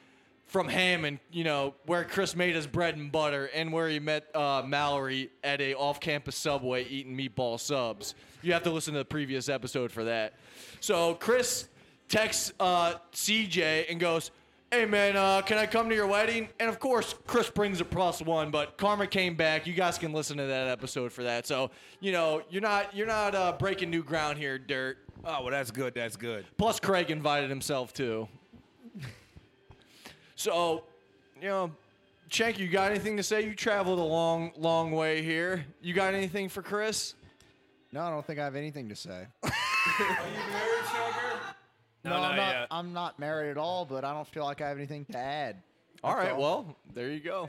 Speaker 2: from Hammond, you know, where Chris made his bread and butter and where he met uh, Mallory at a off-campus subway eating meatball subs. You have to listen to the previous episode for that. So Chris texts uh, CJ and goes, "Hey man, uh, can I come to your wedding?" And of course, Chris brings a plus one, but Karma came back. You guys can listen to that episode for that. So you know, you're not you're not uh, breaking new ground here, Dirt.
Speaker 8: Oh, well, that's good. That's good.
Speaker 2: Plus, Craig invited himself too. so, you know, Shank, you got anything to say? You traveled a long, long way here. You got anything for Chris?
Speaker 9: No, I don't think I have anything to say.
Speaker 5: No,
Speaker 9: No,
Speaker 5: not
Speaker 9: I'm, not,
Speaker 5: yet.
Speaker 9: I'm not married at all, but I don't feel like I have anything to add.
Speaker 2: All right, well, there you go.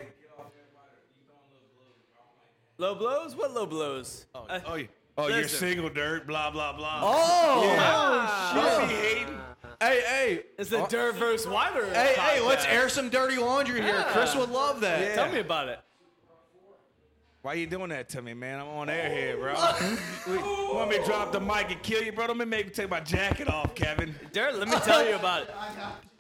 Speaker 7: Low blows? What low blows? Uh,
Speaker 8: Oh, you- oh you're
Speaker 7: Listen.
Speaker 8: single, dirt, blah, blah, blah.
Speaker 2: Oh,
Speaker 8: Don't be hating.
Speaker 2: hey, hey,
Speaker 7: it's the dirt versus wider.
Speaker 2: hey, hey! Let's
Speaker 7: podcast.
Speaker 2: air some dirty laundry here. Chris would love that.
Speaker 8: Yeah.
Speaker 7: Tell me about it.
Speaker 8: Why you doing that to me, man? I'm on air here, bro. you want me to drop the mic and kill you, bro? Don't make me take my jacket off, Kevin.
Speaker 7: Dirt, let me tell you about it.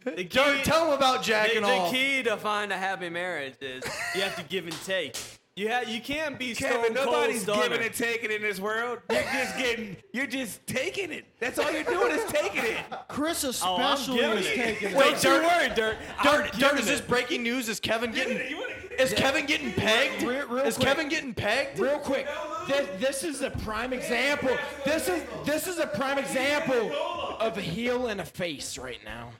Speaker 7: The key,
Speaker 2: Dirt, tell him about Jack
Speaker 7: the,
Speaker 2: and
Speaker 7: the
Speaker 2: all.
Speaker 7: key to find a happy marriage is you have to give and take. You have you can't be
Speaker 8: Kevin,
Speaker 7: stone cold
Speaker 8: nobody's
Speaker 7: stunner.
Speaker 8: giving and taking in this world. You're just getting, you're just taking it. That's all you're doing is taking it.
Speaker 1: Chris
Speaker 7: Oh, I'm
Speaker 1: especially
Speaker 7: giving
Speaker 1: is
Speaker 7: it.
Speaker 1: taking
Speaker 7: Wait,
Speaker 1: it.
Speaker 7: don't you worry, Dirt. I'm
Speaker 2: Dirt,
Speaker 7: giving
Speaker 2: Dirt, is
Speaker 7: it.
Speaker 2: this breaking news? Is Kevin getting? Is Kevin getting pegged?
Speaker 1: Real- real
Speaker 2: is
Speaker 1: quick.
Speaker 2: Kevin getting pegged?
Speaker 3: Real quick, this, this is a prime example. This is this is a prime example of a heel and a face right now.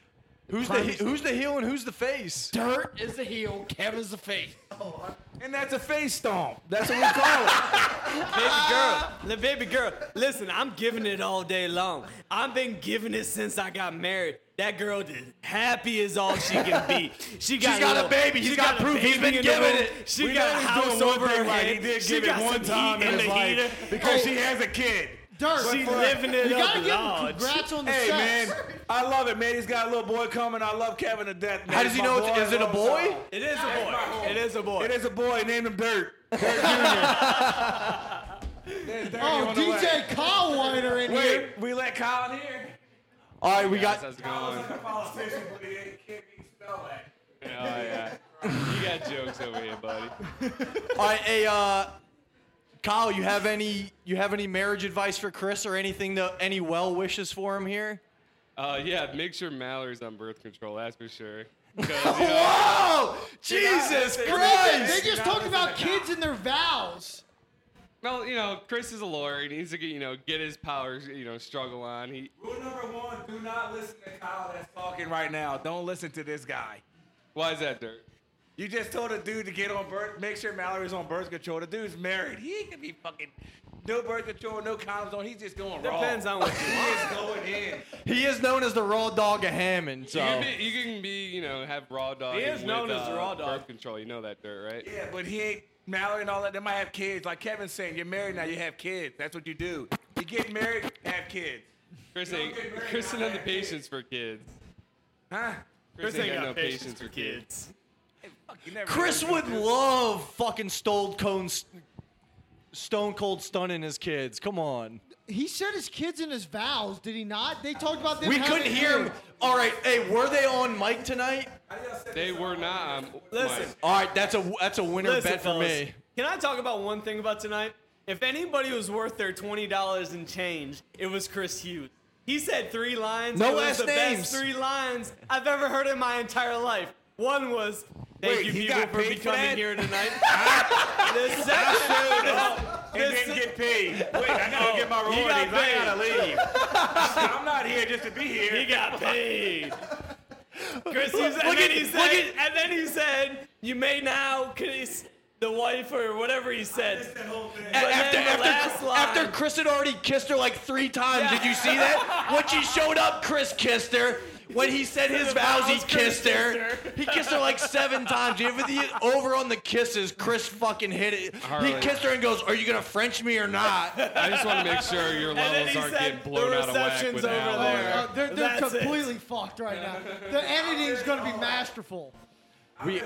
Speaker 2: Who's the he- who's the heel and who's the face?
Speaker 3: Dirt is the heel, Kevin's the face.
Speaker 8: And that's a face stomp. That's what we call it.
Speaker 7: baby girl, li- baby girl, listen, I'm giving it all day long. I've been giving it since I got married. That girl is happy as all she can be. She got
Speaker 2: got a
Speaker 7: little-
Speaker 2: baby.
Speaker 7: she
Speaker 2: He's got proof. He's
Speaker 7: baby in
Speaker 2: been
Speaker 7: the
Speaker 2: giving
Speaker 7: room.
Speaker 2: it.
Speaker 7: She
Speaker 8: We
Speaker 7: got
Speaker 8: know
Speaker 7: a
Speaker 8: he's
Speaker 7: house
Speaker 8: doing one
Speaker 7: over
Speaker 8: thing
Speaker 7: her
Speaker 8: right.
Speaker 7: head.
Speaker 8: He did
Speaker 7: she
Speaker 8: give it
Speaker 7: got
Speaker 8: one
Speaker 7: some
Speaker 8: time
Speaker 7: heat
Speaker 8: in
Speaker 7: the
Speaker 8: his
Speaker 7: heater.
Speaker 8: life because
Speaker 1: Oh.
Speaker 8: she has a kid.
Speaker 1: Dirt,
Speaker 7: She's living it
Speaker 1: you
Speaker 7: up
Speaker 1: gotta give him
Speaker 7: large.
Speaker 1: congrats on the
Speaker 8: Hey
Speaker 1: sex.
Speaker 8: man, I love it, man. He's got a little boy coming. I love Kevin to death. Man.
Speaker 2: How does he
Speaker 8: My
Speaker 2: know?
Speaker 8: boy,
Speaker 2: It's, is it a
Speaker 8: loves
Speaker 2: boy?
Speaker 8: him.
Speaker 7: It is a boy. It is a boy.
Speaker 8: It is a boy. Name him Dirt. Dirt Jr. There's Dirty
Speaker 1: Oh,
Speaker 8: on the way.
Speaker 1: DJ Kyle Weiner in
Speaker 8: Wait,
Speaker 1: here.
Speaker 8: we let Kyle in here.
Speaker 2: All right, we got.
Speaker 8: a politician, but he can't be spelled that.
Speaker 10: oh,
Speaker 2: All right, hey, uh, Kyle, you have any you have any marriage advice for Chris or anything to any well wishes for him here?
Speaker 10: Uh, yeah, make sure Mallory's on birth control. That's for sure.
Speaker 2: Whoa, Jesus
Speaker 1: They
Speaker 2: Christ!
Speaker 1: just talk about kids and their vows.
Speaker 10: Well, you know, Chris is a lawyer. He needs to get, you know get his powers you know struggle on. He
Speaker 8: Rule number one: Do not listen to Kyle that's talking right now. Don't listen to this guy.
Speaker 10: why is that dirt?
Speaker 8: You just told a dude to get on birth, make sure Mallory's on birth control. The dude's married. He ain't gonna be fucking no birth control, no condoms on. He's just going raw.
Speaker 7: Depends on what you
Speaker 8: He is going in.
Speaker 2: He is known as the raw dog of Hammond,
Speaker 10: You
Speaker 2: so.
Speaker 10: can be, you can be, you know, have raw dog.
Speaker 7: He is
Speaker 10: with,
Speaker 7: known as
Speaker 10: uh,
Speaker 7: raw dog.
Speaker 10: Birth control. You know that dirt, right?
Speaker 8: Yeah, but he ain't Mallory and all that. They might have kids. Like Kevin's saying, you're married now. You have kids. That's what you do. You get married, have kids.
Speaker 10: Chris ain't,
Speaker 8: get married,
Speaker 10: Chris ain't
Speaker 8: not
Speaker 10: got the
Speaker 8: married.
Speaker 10: patience for kids.
Speaker 8: Huh?
Speaker 10: Chris, ain't got, no patience, for kids.
Speaker 8: You never
Speaker 2: Chris would love fucking stole cone. stone cold stunning his kids. Come on.
Speaker 1: He said his kids in his vows, did he not? They talked about them.
Speaker 2: We
Speaker 1: having
Speaker 2: couldn't hear him.
Speaker 1: kids.
Speaker 2: All right, hey, were they on mic tonight?
Speaker 10: They were not. Um,
Speaker 7: Listen.
Speaker 2: All right, that's a that's a winner
Speaker 7: Listen,
Speaker 2: bet for
Speaker 7: fellas,
Speaker 2: me.
Speaker 7: Can I talk about one thing about tonight? If anybody was worth their twenty dollars and change, it was Chris Hughes. He said three lines.
Speaker 2: No
Speaker 7: it was
Speaker 2: last
Speaker 7: the
Speaker 2: names.
Speaker 7: best three lines I've ever heard in my entire life. One was thank
Speaker 8: Wait,
Speaker 7: you
Speaker 8: he
Speaker 7: people
Speaker 8: got
Speaker 7: for
Speaker 8: paid for
Speaker 7: becoming
Speaker 8: that?
Speaker 7: here tonight. the second
Speaker 8: and didn't get paid. Wait, I gotta get my
Speaker 7: he
Speaker 8: royalties.
Speaker 7: got
Speaker 8: I gotta
Speaker 7: paid.
Speaker 8: leave. I'm not here just to be here.
Speaker 7: He got paid. Chris, Hughes, and,
Speaker 2: Look
Speaker 7: then
Speaker 2: at-
Speaker 7: he
Speaker 2: look
Speaker 7: said, and then he said, you may now kiss the wife or whatever he said.
Speaker 2: A-
Speaker 7: But
Speaker 2: After
Speaker 7: then the
Speaker 2: after,
Speaker 7: last line-
Speaker 2: after Chris had already kissed her like three times, did you see that? When she showed up, Chris kissed her. When he said his
Speaker 7: the
Speaker 2: vows, he
Speaker 7: vows, Chris
Speaker 2: kissed her.
Speaker 7: kissed her.
Speaker 2: He kissed her like seven times. You ever the over on the kisses? Chris fucking hit it. He
Speaker 10: Harley.
Speaker 2: kissed her and goes, "Are you gonna French me or not?"
Speaker 10: I just want to make sure your
Speaker 7: then
Speaker 10: levels
Speaker 7: he
Speaker 10: aren't
Speaker 7: said,
Speaker 10: getting blown
Speaker 7: "The
Speaker 10: out of whack
Speaker 7: reception's
Speaker 10: with
Speaker 7: over
Speaker 10: Alan.
Speaker 7: there."
Speaker 1: Uh, they're they're
Speaker 7: That's it.
Speaker 1: completely fucked right now. The editing's going to be masterful.
Speaker 2: We,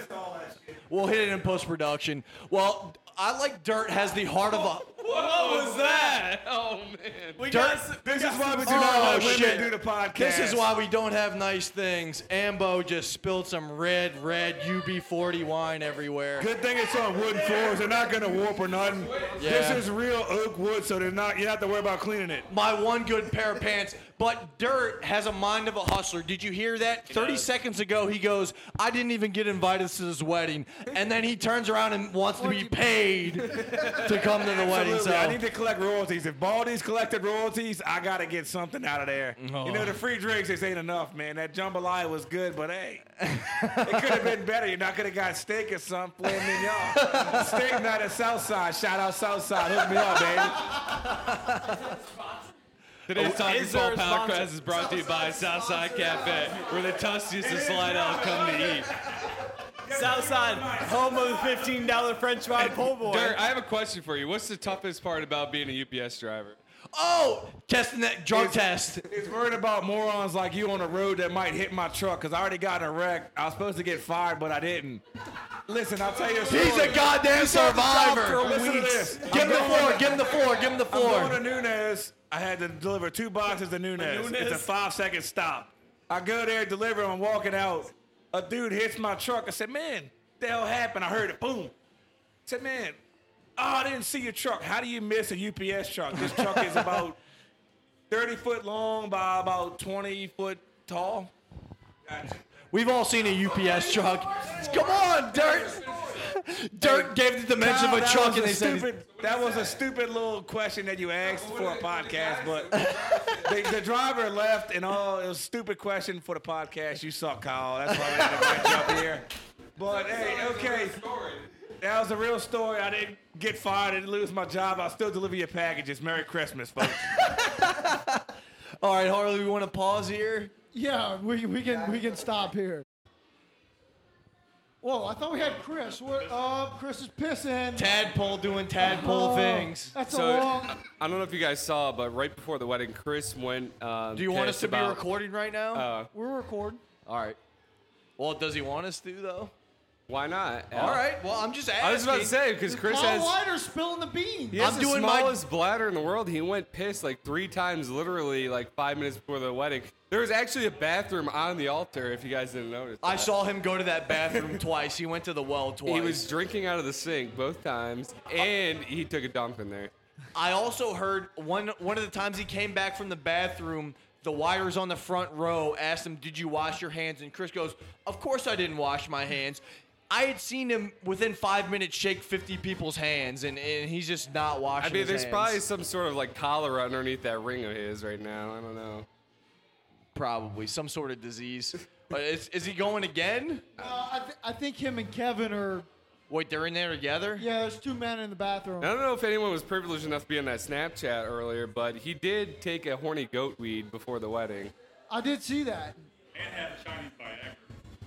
Speaker 2: we'll hit it in post production. Well, I like Dirt has the heart of a.
Speaker 7: What was that?
Speaker 10: Oh man.
Speaker 7: We
Speaker 2: Dirt-
Speaker 7: got s-
Speaker 8: This is why we do not
Speaker 2: Oh
Speaker 8: let women
Speaker 2: shit!
Speaker 8: do the podcast.
Speaker 2: This is why we don't have nice things. Ambo just spilled some red, red UB40 wine everywhere.
Speaker 8: Good thing it's on wooden floors. They're not gonna warp or nothing. This
Speaker 2: Yeah.
Speaker 8: is real oak wood, so they're not. You don't have to worry about cleaning it.
Speaker 2: my one good pair of pants. But Dirt has a mind of a hustler. Did you hear that? 30 seconds ago, he goes, I didn't even get invited to this wedding. And then he turns around and wants to be paid to come to the wedding.
Speaker 8: Absolutely. I
Speaker 2: So
Speaker 8: need to collect royalties. If Baldy's collected royalties, I gotta get something out of there. You know, the free drinks just ain't enough, man. That jambalaya was good, but hey, it could have been better. You're not gonna got steak or something, filet mignon. steak night at Southside. Shout out Southside. Hook me up, baby.
Speaker 10: Today's Talking
Speaker 7: is there
Speaker 10: Ball
Speaker 7: a
Speaker 10: Podcast
Speaker 7: sponsor?
Speaker 10: is brought to you by Southside Cafe, where the Tustiest and Slide Out come to eat.
Speaker 7: Southside, home of the fifteen dollar French fry po' boy.
Speaker 10: Dirt, I have a question for you. What's the toughest part about being a UPS driver?
Speaker 2: Oh, testing that drug test.
Speaker 8: It's worried about morons like you on the road that might hit my truck because I already got in a wreck. I was supposed to get fired, but I didn't. Listen, I'll tell you a story.
Speaker 2: He's a goddamn survivor.
Speaker 8: Listen to this.
Speaker 2: Give him the floor. Give him the floor. Give him the
Speaker 8: I'm
Speaker 2: floor.
Speaker 8: going to Nunez. I had to deliver two boxes to Nunez.
Speaker 7: Nunez?
Speaker 8: It's a five second stop. I go there, deliver 'em, I'm walking out. A dude hits my truck. I said, man, the hell happened? I heard it. Boom. I said, man, oh, I didn't see your truck. How do you miss a UPS truck? This truck is about 30 foot long by about 20 foot tall.
Speaker 2: We've all seen a UPS truck. Come on, Dirt. Dirt gave the dimension of
Speaker 8: Kyle,
Speaker 2: a
Speaker 8: that
Speaker 2: truck
Speaker 8: was
Speaker 2: and
Speaker 8: a
Speaker 2: they said,
Speaker 8: stupid- that was a stupid little question that you asked for a podcast, but the, the driver left and all. It was a stupid question for the podcast. You suck, Kyle. That's why we had to bring you up here. But hey, okay, that was a real story. I didn't get fired. I didn't lose my job. I'll still deliver your packages. Merry Christmas, folks.
Speaker 2: All right, Harley, we want to pause here.
Speaker 1: Yeah, Uh, we, we can we can stop here. Whoa, I thought we had Chris. We're, uh, Chris is pissing.
Speaker 2: Tadpole doing tadpole
Speaker 1: Oh,
Speaker 2: things.
Speaker 1: That's
Speaker 10: So,
Speaker 1: a long.
Speaker 10: I don't know if you guys saw, but right before the wedding, Chris went. Um,
Speaker 2: Do you want us
Speaker 10: pissed
Speaker 2: to be
Speaker 10: about-
Speaker 2: recording right now?
Speaker 10: Uh,
Speaker 1: We're recording.
Speaker 10: all right.
Speaker 2: well, does he want us to though?
Speaker 10: Why not?
Speaker 2: All right. Well, I'm just asking.
Speaker 10: I was about to say because Chris
Speaker 1: Kyle
Speaker 10: has.
Speaker 1: Leiter's spilling the beans.
Speaker 10: He has
Speaker 2: I'm
Speaker 10: the
Speaker 2: doing my-
Speaker 10: smallest bladder in the world. He went pissed like three times, literally like five minutes before the wedding. There was actually a bathroom on the altar. If you guys didn't notice,
Speaker 2: I
Speaker 10: that.
Speaker 2: saw him go to that bathroom twice. He went to the well twice.
Speaker 10: He was drinking out of the sink both times, and he took a dump in there.
Speaker 2: I also heard one one of the times he came back from the bathroom, the wires on the front row asked him, "Did you wash your hands?" And Chris goes, "Of course I didn't wash my hands." I had seen him within five minutes shake 50 people's hands, and, and he's just not washing.
Speaker 10: I mean,
Speaker 2: his
Speaker 10: there's
Speaker 2: hands.
Speaker 10: probably some sort of like cholera underneath that ring of his right now. I don't know.
Speaker 2: probably some sort of disease. Uh, is, is he going again?
Speaker 1: Uh, I, th- I think him and Kevin are.
Speaker 2: Wait, they're in there together.
Speaker 1: Yeah, there's two men in the bathroom.
Speaker 10: And I don't know if anyone was privileged enough to be on that Snapchat earlier, but he did take a horny goat weed before the wedding,
Speaker 1: I did see that.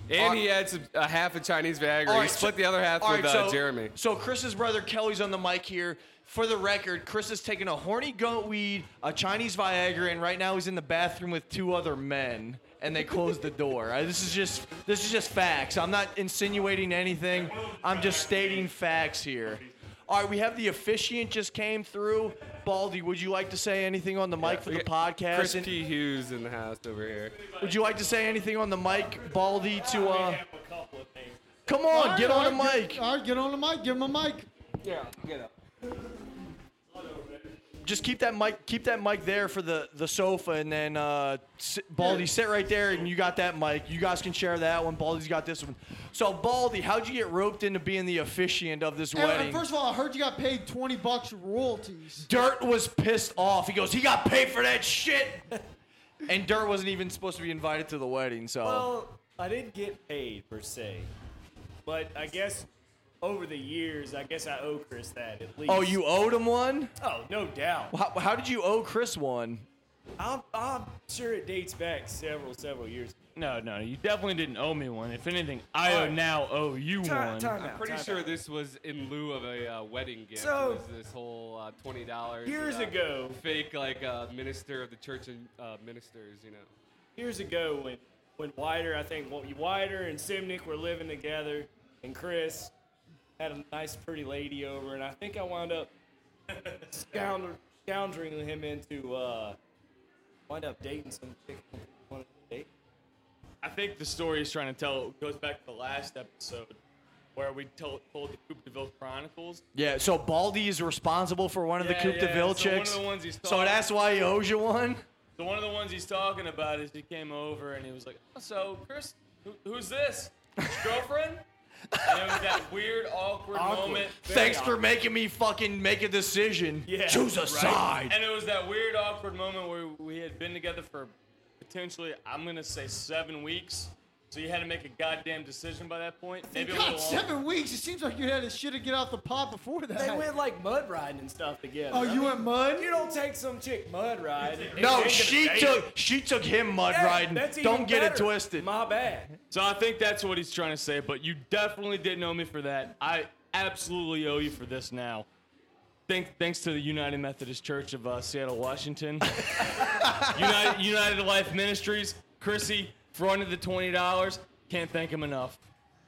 Speaker 10: and he had some, a half a Chinese Viagra. he split the other half
Speaker 2: all
Speaker 10: with
Speaker 2: right,
Speaker 10: uh, Jeremy.
Speaker 2: So Chris's brother Kelly's on the mic here. For the record, Chris is taking a horny goat weed, a Chinese Viagra, and right now he's in the bathroom with two other men, and they closed the door. Uh, this is just this is just facts. I'm not insinuating anything. I'm just stating facts here. All right, we have the officiant just came through. Baldy, would you like to say anything on the mic for the podcast?
Speaker 10: Chris
Speaker 2: And
Speaker 10: P. Hughes in the house over here.
Speaker 2: would you like to say anything on the mic, Baldy? To uh, come on, get on the mic.
Speaker 1: All right, get on the mic. Give him a mic.
Speaker 10: Yeah, get up.
Speaker 2: Just keep that mic, keep that mic there for the the sofa, and then uh, sit, Baldy sit right there, and you got that mic. You guys can share that one. Baldy's got this one. So Baldy, how'd you get roped into being the officiant of this
Speaker 1: And- and
Speaker 2: wedding?
Speaker 1: first of all, I heard you got paid twenty bucks royalties.
Speaker 2: Dirt was pissed off. He goes, he got paid for that shit. and Dirt wasn't even supposed to be invited to the wedding, so
Speaker 11: Well, I didn't get paid per se, but I guess over the years, I guess I owe Chris that at least.
Speaker 2: Oh, you owed him one?
Speaker 11: Oh, no doubt.
Speaker 2: How, how did you owe Chris one?
Speaker 11: I'm, I'm sure it dates back several, several years.
Speaker 12: No, no, you definitely didn't owe me one. If anything, I
Speaker 11: All
Speaker 12: owe
Speaker 11: right.
Speaker 12: now owe you
Speaker 11: Time-
Speaker 12: one.
Speaker 11: time
Speaker 10: I'm pretty
Speaker 11: time
Speaker 10: sure this was in lieu of a uh, wedding gift.
Speaker 11: So-
Speaker 10: So was this whole uh, twenty dollars uh,
Speaker 11: Years ago.
Speaker 10: fake like uh, minister of the church and uh, ministers, you know.
Speaker 11: Years ago, when when Wider, I think well, Wider and Simnick were living together, and Chris had a nice, pretty lady over, and I think I wound up scoundrel, scoundreling him into uh, wind up dating some chick. I wanted to date.
Speaker 12: I think the story he's trying to tell goes back to the last episode where we told, told the Coupe de Ville Chronicles.
Speaker 2: Yeah, so Baldy is responsible for one of
Speaker 12: Yeah,
Speaker 2: the Coupe de
Speaker 12: yeah,
Speaker 2: Ville
Speaker 12: so one of
Speaker 2: chicks.
Speaker 12: the ones he's
Speaker 2: so
Speaker 12: talking-
Speaker 2: that's why he owes you one?
Speaker 12: So one of the ones he's talking about is he came over and he was like, "Oh, "So Chris, who, who's this? His girlfriend?" and it was that weird, awkward,
Speaker 2: Awkward.
Speaker 12: moment.
Speaker 2: Thanks for making me fucking make a decision. Choose a
Speaker 12: Right?
Speaker 2: side.
Speaker 12: And it was that weird, awkward moment where we had been together for potentially, I'm gonna say seven weeks. So you had to make a goddamn decision by that point. Maybe a
Speaker 1: God,
Speaker 12: little longer.
Speaker 1: seven weeks. It seems like you had a shit to get out the pot before that.
Speaker 11: They went like mud riding and stuff together.
Speaker 1: Oh, you went mud?
Speaker 11: You don't take some chick mud riding.
Speaker 2: No, she took she took him mud
Speaker 11: Yeah,
Speaker 2: riding.
Speaker 11: that's even
Speaker 12: Don't get it
Speaker 11: better.
Speaker 12: twisted.
Speaker 11: My bad.
Speaker 12: So I think that's what he's trying to say, but you definitely didn't owe me for that. I absolutely owe you for this now. Thank, thanks to the United Methodist Church of uh, Seattle, Washington, United, United Life Ministries, Chrissy, for under the twenty dollars. Can't thank him enough.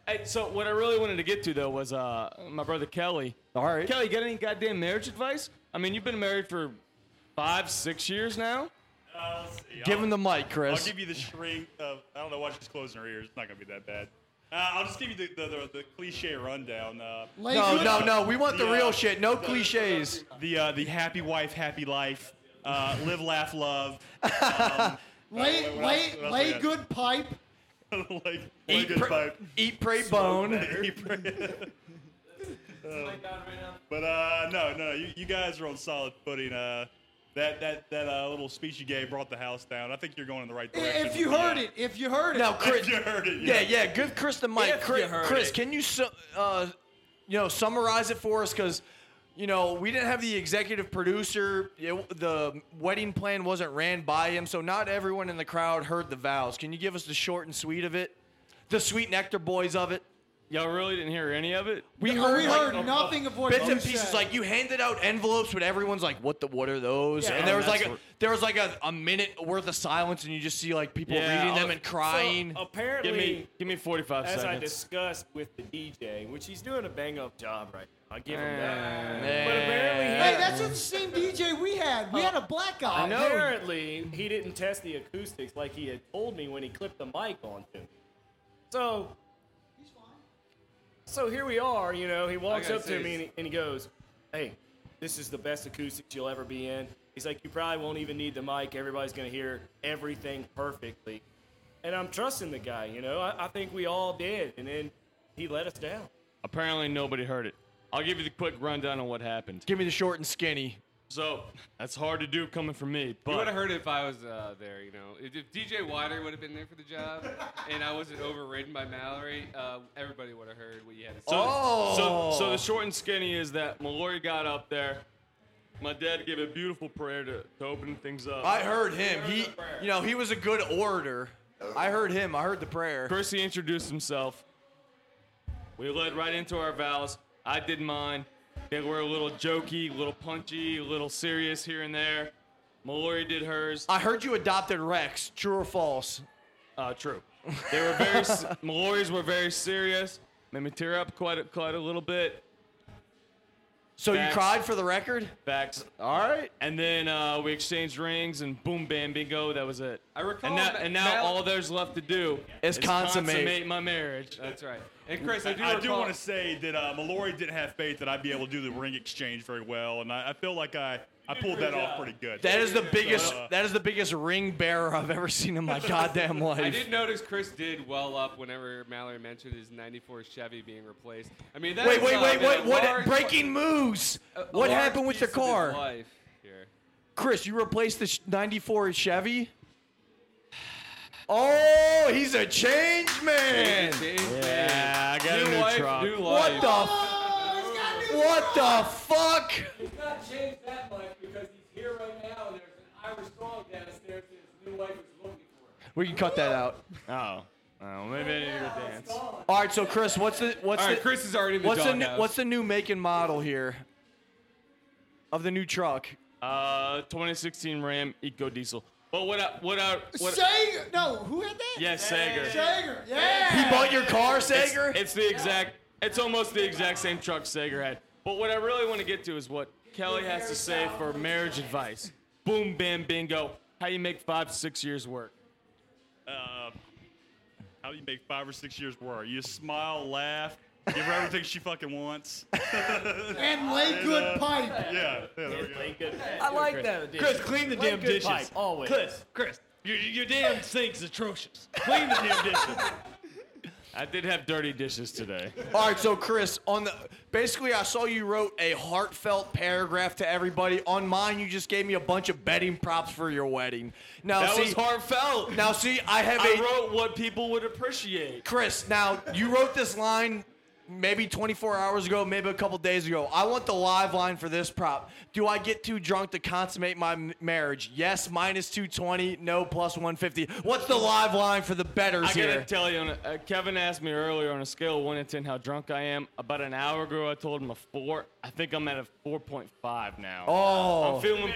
Speaker 12: Hey, so what I really wanted to get to though was uh, my brother Kelly. All right, Kelly, you got any goddamn marriage advice? I mean, you've been married for five, six years now.
Speaker 2: Give him the mic, Chris.
Speaker 13: I'll give you the shrink of I don't know why she's closing her ears. It's not gonna be that bad. Uh, I'll just give you the the, the, the cliche rundown. Uh,
Speaker 2: No, no, no. We want the,
Speaker 13: uh,
Speaker 2: real shit. No cliches.
Speaker 13: The uh, the happy wife, happy life. Uh, live, laugh, love.
Speaker 1: Lay,
Speaker 13: Uh, what else-
Speaker 1: lay,
Speaker 13: what else we
Speaker 1: lay
Speaker 13: got?
Speaker 1: good pipe.
Speaker 13: like lay good pipe.
Speaker 2: Eat, pray,
Speaker 13: Smoke
Speaker 2: bone.
Speaker 13: better, eat, pray. Um, but uh, no, no, you, you guys are on solid footing. Uh, that that that uh, little speech you gave brought the house down. I think you're going in the right direction.
Speaker 1: If you heard it, if you heard it.
Speaker 2: Now, Chris.
Speaker 13: If you heard it,
Speaker 2: yeah,
Speaker 13: yeah.
Speaker 2: yeah. Give Chris the mic.
Speaker 13: If
Speaker 2: Chris,
Speaker 13: you heard
Speaker 2: Chris
Speaker 13: it.
Speaker 2: can you su- uh, you know, summarize it for us? Because you know, we didn't have the executive producer. It- the wedding plan wasn't ran by him, so not everyone in the crowd heard the vows. Can you give us the short and sweet of it? The sweet nectar boys of it.
Speaker 12: Y'all really didn't hear any of it.
Speaker 2: We
Speaker 1: No,
Speaker 2: heard,
Speaker 1: we
Speaker 2: like,
Speaker 1: heard nothing of what
Speaker 2: bits
Speaker 1: you
Speaker 2: and pieces.
Speaker 1: said.
Speaker 2: Like you handed out envelopes, but everyone's like, "What the? What are those?"
Speaker 1: Yeah.
Speaker 2: and there was
Speaker 1: That's
Speaker 2: like a,
Speaker 1: what-
Speaker 2: there was like a, a minute worth of silence, and you just see like people
Speaker 12: Yeah,
Speaker 2: reading
Speaker 12: I
Speaker 2: them
Speaker 12: was-
Speaker 2: and crying.
Speaker 11: So, apparently-
Speaker 12: give me give me 45
Speaker 11: As I
Speaker 12: seconds.
Speaker 11: discussed with the DJ, which he's doing a bang up job right now. I give him that.
Speaker 12: Man.
Speaker 11: But apparently, he
Speaker 1: Hey, that's what the same DJ we had. We had a black guy.
Speaker 11: Apparently, he didn't test the acoustics like he had told me when he clipped the mic onto me. So, so here we are. You know, he walks
Speaker 10: gotta
Speaker 11: up
Speaker 10: say
Speaker 11: to me
Speaker 10: this.
Speaker 11: and, and he goes, "Hey, this is the best acoustics you'll ever be in." He's like, "You probably won't even need the mic. Everybody's gonna hear everything perfectly." And I'm trusting the guy. You know, I, I think we all did. And then he let us down.
Speaker 12: Apparently, nobody heard it. I'll give you the quick rundown on what happened.
Speaker 2: Give me the short and skinny.
Speaker 12: So that's hard to do coming from me,
Speaker 10: You would have
Speaker 12: but
Speaker 10: heard if I was uh, there, you know. If, if DJ Wider would have been there for the job, and I wasn't overridden by Mallory, uh, everybody would have heard what you had to say.
Speaker 12: so,
Speaker 2: Oh!
Speaker 12: so so the short and skinny is that Mallory got up there. My dad gave a beautiful prayer to, to open things up.
Speaker 2: I heard him.
Speaker 12: Heard
Speaker 2: He,
Speaker 12: the prayer.
Speaker 2: you know, he was a good orator. I heard him. I heard the prayer.
Speaker 12: Percy introduced himself. We led right into our vows. I did mine. They were a little jokey, a little punchy, a little serious here and there. Mallory did hers.
Speaker 2: I heard you adopted Rex. True or false?
Speaker 12: Uh, true. They were very. s- Mallory's were very serious. Made me tear up quite a, quite a little bit.
Speaker 2: So you
Speaker 12: Facts.
Speaker 2: cried for the record?
Speaker 12: Facts.
Speaker 14: All right.
Speaker 12: And then uh, we exchanged rings, and boom, bam, bingo. That was it. I
Speaker 10: recall
Speaker 12: And now,
Speaker 10: Ma-
Speaker 12: and now
Speaker 10: Mal-
Speaker 12: all there's left to do
Speaker 2: Is consummate.
Speaker 12: my marriage.
Speaker 10: That's right.
Speaker 12: And Chris, I do recall-
Speaker 13: want to say that uh, Mallory didn't have faith that I'd be able to do the ring exchange very well, and I, I feel like I, I pulled that off pretty good.
Speaker 2: That is the
Speaker 13: So,
Speaker 2: biggest.
Speaker 13: uh,
Speaker 2: That is the biggest ring bearer I've ever seen in my goddamn
Speaker 10: I
Speaker 2: life.
Speaker 10: did notice Chris did well up whenever Mallory mentioned his '94 Chevy being replaced. I mean, that
Speaker 2: Wait,
Speaker 10: is,
Speaker 2: wait,
Speaker 10: uh,
Speaker 2: wait,
Speaker 10: been a
Speaker 2: wait! What?
Speaker 10: large-
Speaker 2: Breaking news!
Speaker 10: a- a
Speaker 2: What
Speaker 10: large
Speaker 2: happened with your
Speaker 10: piece of his
Speaker 2: car?
Speaker 10: life here.
Speaker 2: Chris, you replaced the sh- '94 Chevy. Oh, he's a change man.
Speaker 10: Yeah,
Speaker 2: I got
Speaker 10: New
Speaker 2: a new
Speaker 10: life,
Speaker 2: truck.
Speaker 10: new
Speaker 2: What
Speaker 10: life.
Speaker 2: the? f- what the fuck?
Speaker 3: He's not changed that much because he's here right now and there's an Irish song downstairs that his new wife is looking
Speaker 2: We can cut that out.
Speaker 12: Oh, oh, maybe I need to dance.
Speaker 2: All right, so Chris, what's the what's
Speaker 12: All
Speaker 2: the
Speaker 12: right, Chris is already in the
Speaker 2: what's the new,
Speaker 12: doghouse.
Speaker 2: what's the new make and model here of the new truck?
Speaker 12: Uh, 2016 Ram Eco Diesel. But what? I, what? I, what?
Speaker 1: Sager. No, who had that?
Speaker 12: Yes, Sager.
Speaker 1: Sager. Yeah.
Speaker 12: He
Speaker 2: bought your car,
Speaker 12: It's-
Speaker 2: Sager?
Speaker 12: It's, the exact. It's almost the exact same truck Sager had. But what I really want to get to is what Kelly has to say for marriage advice. Boom, bam, bingo. How you make five, six years work?
Speaker 13: uh, how do you make five or six years work? You just smile, laugh, give her everything she fucking wants, and uh,
Speaker 1: lay good pipe.
Speaker 13: Yeah, yeah, there we go.
Speaker 3: I like that.
Speaker 7: Chris, clean the
Speaker 3: Lay
Speaker 7: damn
Speaker 3: good
Speaker 7: dishes.
Speaker 3: pipe, always.
Speaker 7: Chris, Chris, your, your damn sink's atrocious. Clean the damn dishes.
Speaker 12: I did have dirty dishes today.
Speaker 2: All right, so Chris, on the basically, I saw you wrote a heartfelt paragraph to everybody. On mine, you just gave me a bunch of betting props for your wedding. Now
Speaker 12: that
Speaker 2: see,
Speaker 12: was heartfelt.
Speaker 2: Now see, I have
Speaker 12: I
Speaker 2: a-
Speaker 12: wrote what people would appreciate.
Speaker 2: Chris, now you wrote this line maybe 24 hours ago, maybe a couple days ago. I want the live line for this prop. Do I get too drunk to consummate my m- marriage? Yes, minus 220. No, plus 150. What's the live line for the betters
Speaker 12: I gotta
Speaker 2: here?
Speaker 12: tell you, on a, uh, Kevin asked me earlier on a scale of one to ten how drunk I am. About an hour ago, I told him a four. I think I'm at a four point five now.
Speaker 2: Oh.
Speaker 12: I'm feeling.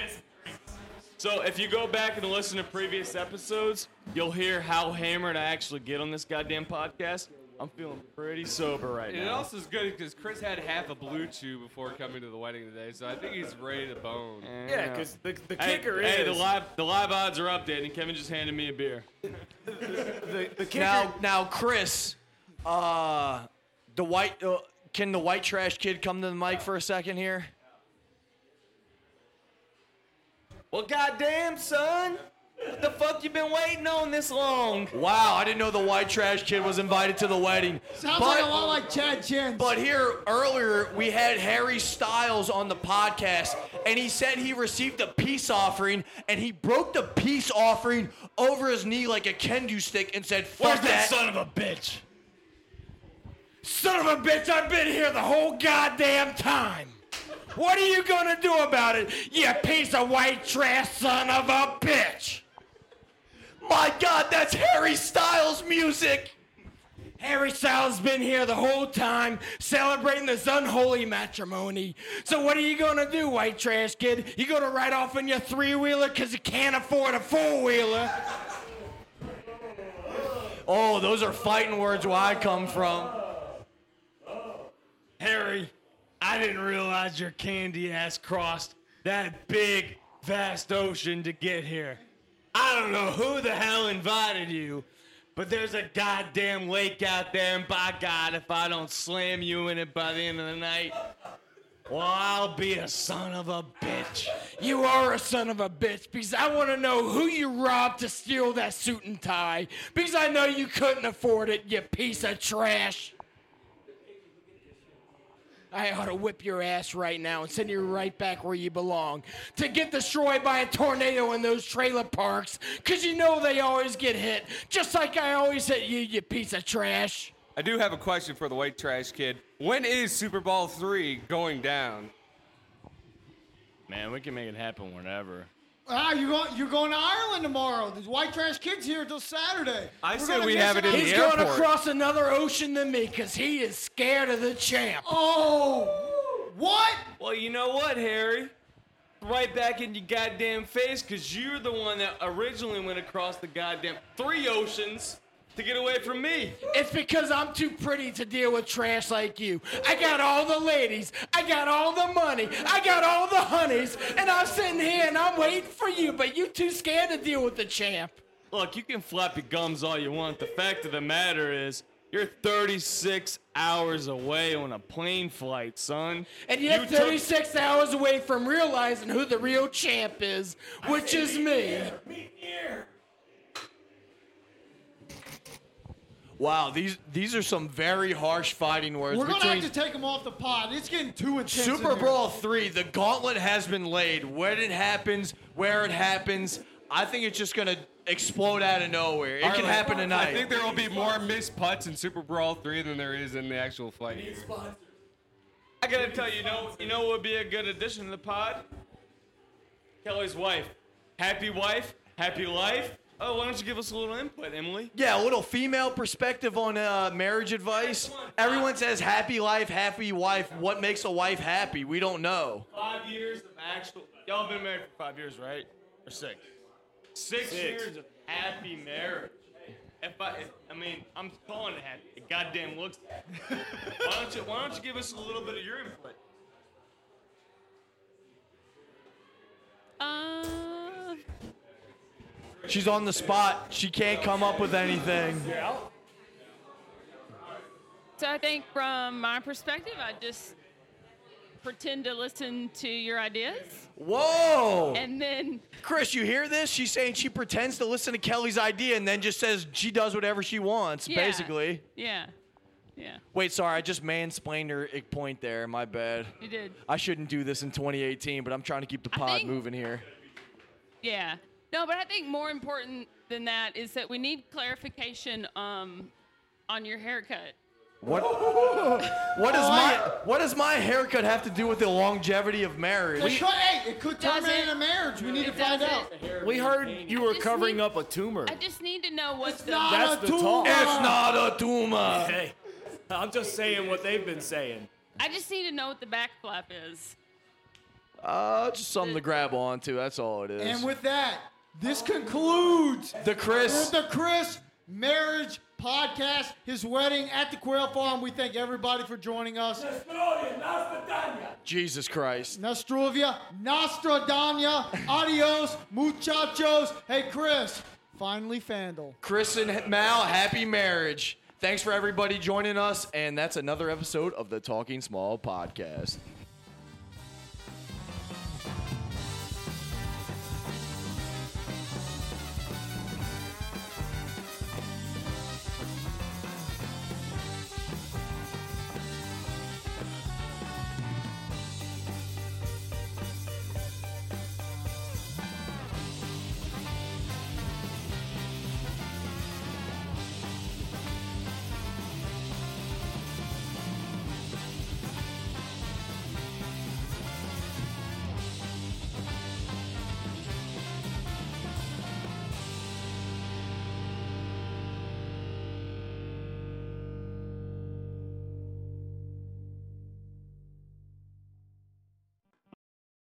Speaker 12: So if you go back and listen to previous episodes, you'll hear how hammered I actually get on this goddamn podcast. I'm feeling pretty sober right
Speaker 10: And it
Speaker 12: now.
Speaker 10: also is good because Chris had half a blue chew before coming to the wedding today, so I think he's ready to bone.
Speaker 3: Yeah, 'cause the- the
Speaker 12: Hey-
Speaker 3: kicker
Speaker 12: Hey, the
Speaker 3: is-
Speaker 12: live the live odds are updated, and Kevin just handed me a beer.
Speaker 3: the, the kicker.
Speaker 2: Now, now, Chris, uh, the white, uh, can the white trash kid come to the mic for a second here?
Speaker 7: Well, goddamn, son. What the fuck you been waiting on this long?
Speaker 2: Wow, I didn't know the white trash kid was invited to the wedding.
Speaker 1: Sounds like a lot like Chad Jens.
Speaker 2: But here earlier we had Harry Styles on the podcast, and he said he received a peace offering, and he broke the peace offering over his knee like a kendo stick, and said, "Fuck
Speaker 7: Where's that son of a bitch? Son of a bitch, I've been here the whole goddamn time. What are you gonna do about it, you piece of white trash son of a bitch? My god, that's Harry Styles music!
Speaker 3: Harry Styles been here the whole time celebrating this unholy matrimony. So what are you gonna do, white trash kid? You gonna ride off in your three wheeler because you can't afford a four wheeler?
Speaker 2: Oh, those are fighting words where I come from."
Speaker 7: Harry, I didn't realize your candy ass crossed that big, vast ocean to get here. I don't know who the hell invited you, but there's a goddamn lake out there, and by God, if I don't slam you in it by the end of the night, well, I'll be a son of a bitch.
Speaker 3: You are a son of a bitch because I want to know who you robbed to steal that suit and tie because I know you couldn't afford it, you piece of trash. I ought to whip your ass right now and send you right back where you belong to get destroyed by a tornado in those trailer parks because you know they always get hit, just like I always hit you, you piece of trash.
Speaker 10: I do have a question for the white trash kid. When is Super Bowl three going down?
Speaker 12: Man, we can make it happen whenever.
Speaker 1: Ah, you're going, you're going to Ireland tomorrow. There's white trash kids here till Saturday.
Speaker 10: I
Speaker 1: We're
Speaker 10: said
Speaker 1: gonna
Speaker 10: we
Speaker 1: miss
Speaker 10: have it in
Speaker 1: out.
Speaker 10: the
Speaker 3: He's
Speaker 10: airport.
Speaker 3: going to cross another ocean than me because he is scared of the champ.
Speaker 1: Oh, what?
Speaker 7: Oh,
Speaker 12: Well, you know what, Harry? Right back in your goddamn face, because you're the one that originally went across the goddamn three oceans
Speaker 7: to get away from me.
Speaker 3: It's because I'm too pretty to deal with trash like you. I got all the ladies, I got all the money, I got all the honeys, and I'm sitting here and I'm waiting for you, but you too scared to deal with the champ.
Speaker 12: Look, you can flap your gums all you want. The fact of the matter is, you're 36 hours away on a plane flight, son.
Speaker 3: And you're 36 hours away from realizing who the real champ is, which is me.
Speaker 2: Wow, these these are some very harsh fighting words.
Speaker 1: We're gonna
Speaker 2: between
Speaker 1: have to take him off the pod. It's getting too intense. in
Speaker 2: Super
Speaker 1: here.
Speaker 2: Brawl 3, the gauntlet has been laid. When it happens, where it happens, I think it's just going to explode out of nowhere. It
Speaker 10: All right,
Speaker 2: can
Speaker 10: like,
Speaker 2: happen tonight.
Speaker 10: I think there will be more missed putts in Super Brawl 3 than there is in the actual fight. here.
Speaker 7: I gotta tell you, you know, you know what would be a good addition to the pod? Kelly's wife. Happy wife, happy life. Oh, why don't you give us a little input, Emily?
Speaker 2: Yeah, a little female perspective on uh, marriage advice. Everyone says happy life, happy wife. What makes a wife happy? We don't know.
Speaker 7: Five years of actual. Y'all been married for five years, right? Or six? Six,
Speaker 12: Six.
Speaker 7: years of happy marriage. If I, if, I mean, I'm calling it happy. It goddamn looks. happy. why don't you, why don't you give us a little bit of your input?
Speaker 15: Uh,
Speaker 2: She's on the spot. She can't come up with anything.
Speaker 15: so I think from my perspective, I just pretend to listen to your ideas.
Speaker 2: Whoa!
Speaker 15: And then
Speaker 2: Chris, you hear this? She's saying she pretends to listen to Kelly's idea and then just says she does whatever she wants,
Speaker 15: Yeah.
Speaker 2: basically.
Speaker 15: Yeah. Yeah.
Speaker 2: Wait, sorry, I just mansplained her a point there. My bad.
Speaker 15: You did.
Speaker 2: I shouldn't do this in 2018, but I'm trying to keep the pod
Speaker 15: think-
Speaker 2: moving here.
Speaker 15: Yeah. No, but I think more important than that is that we need clarification um, on your haircut.
Speaker 2: What? what does my What does my haircut have to do with the longevity of marriage?
Speaker 1: It could, hey, it could
Speaker 15: Does
Speaker 1: terminate
Speaker 15: it?
Speaker 1: a marriage. We need
Speaker 15: It
Speaker 1: to find
Speaker 15: does
Speaker 1: out.
Speaker 15: it.
Speaker 3: We heard you
Speaker 15: were I just covering
Speaker 3: need-
Speaker 2: up a tumor.
Speaker 15: I just need to know what's the
Speaker 11: not That's a the talk. tumor.
Speaker 2: It's not a tumor.
Speaker 11: Hey, I'm just saying what they've been saying.
Speaker 15: I just need to know what the back flap is.
Speaker 2: Uh, just something to grab onto. That's all it is.
Speaker 1: And with that, this concludes
Speaker 2: the Chris
Speaker 1: the Chris Marriage Podcast. His wedding at the Quail Farm. We thank everybody for joining us.
Speaker 2: Jesus Christ.
Speaker 1: Nostrovia, Nostradania, adios, muchachos. Hey, Chris, finally Fandle.
Speaker 2: Chris and Mal, happy marriage. Thanks for everybody joining us, and that's another episode of the Talking Small podcast.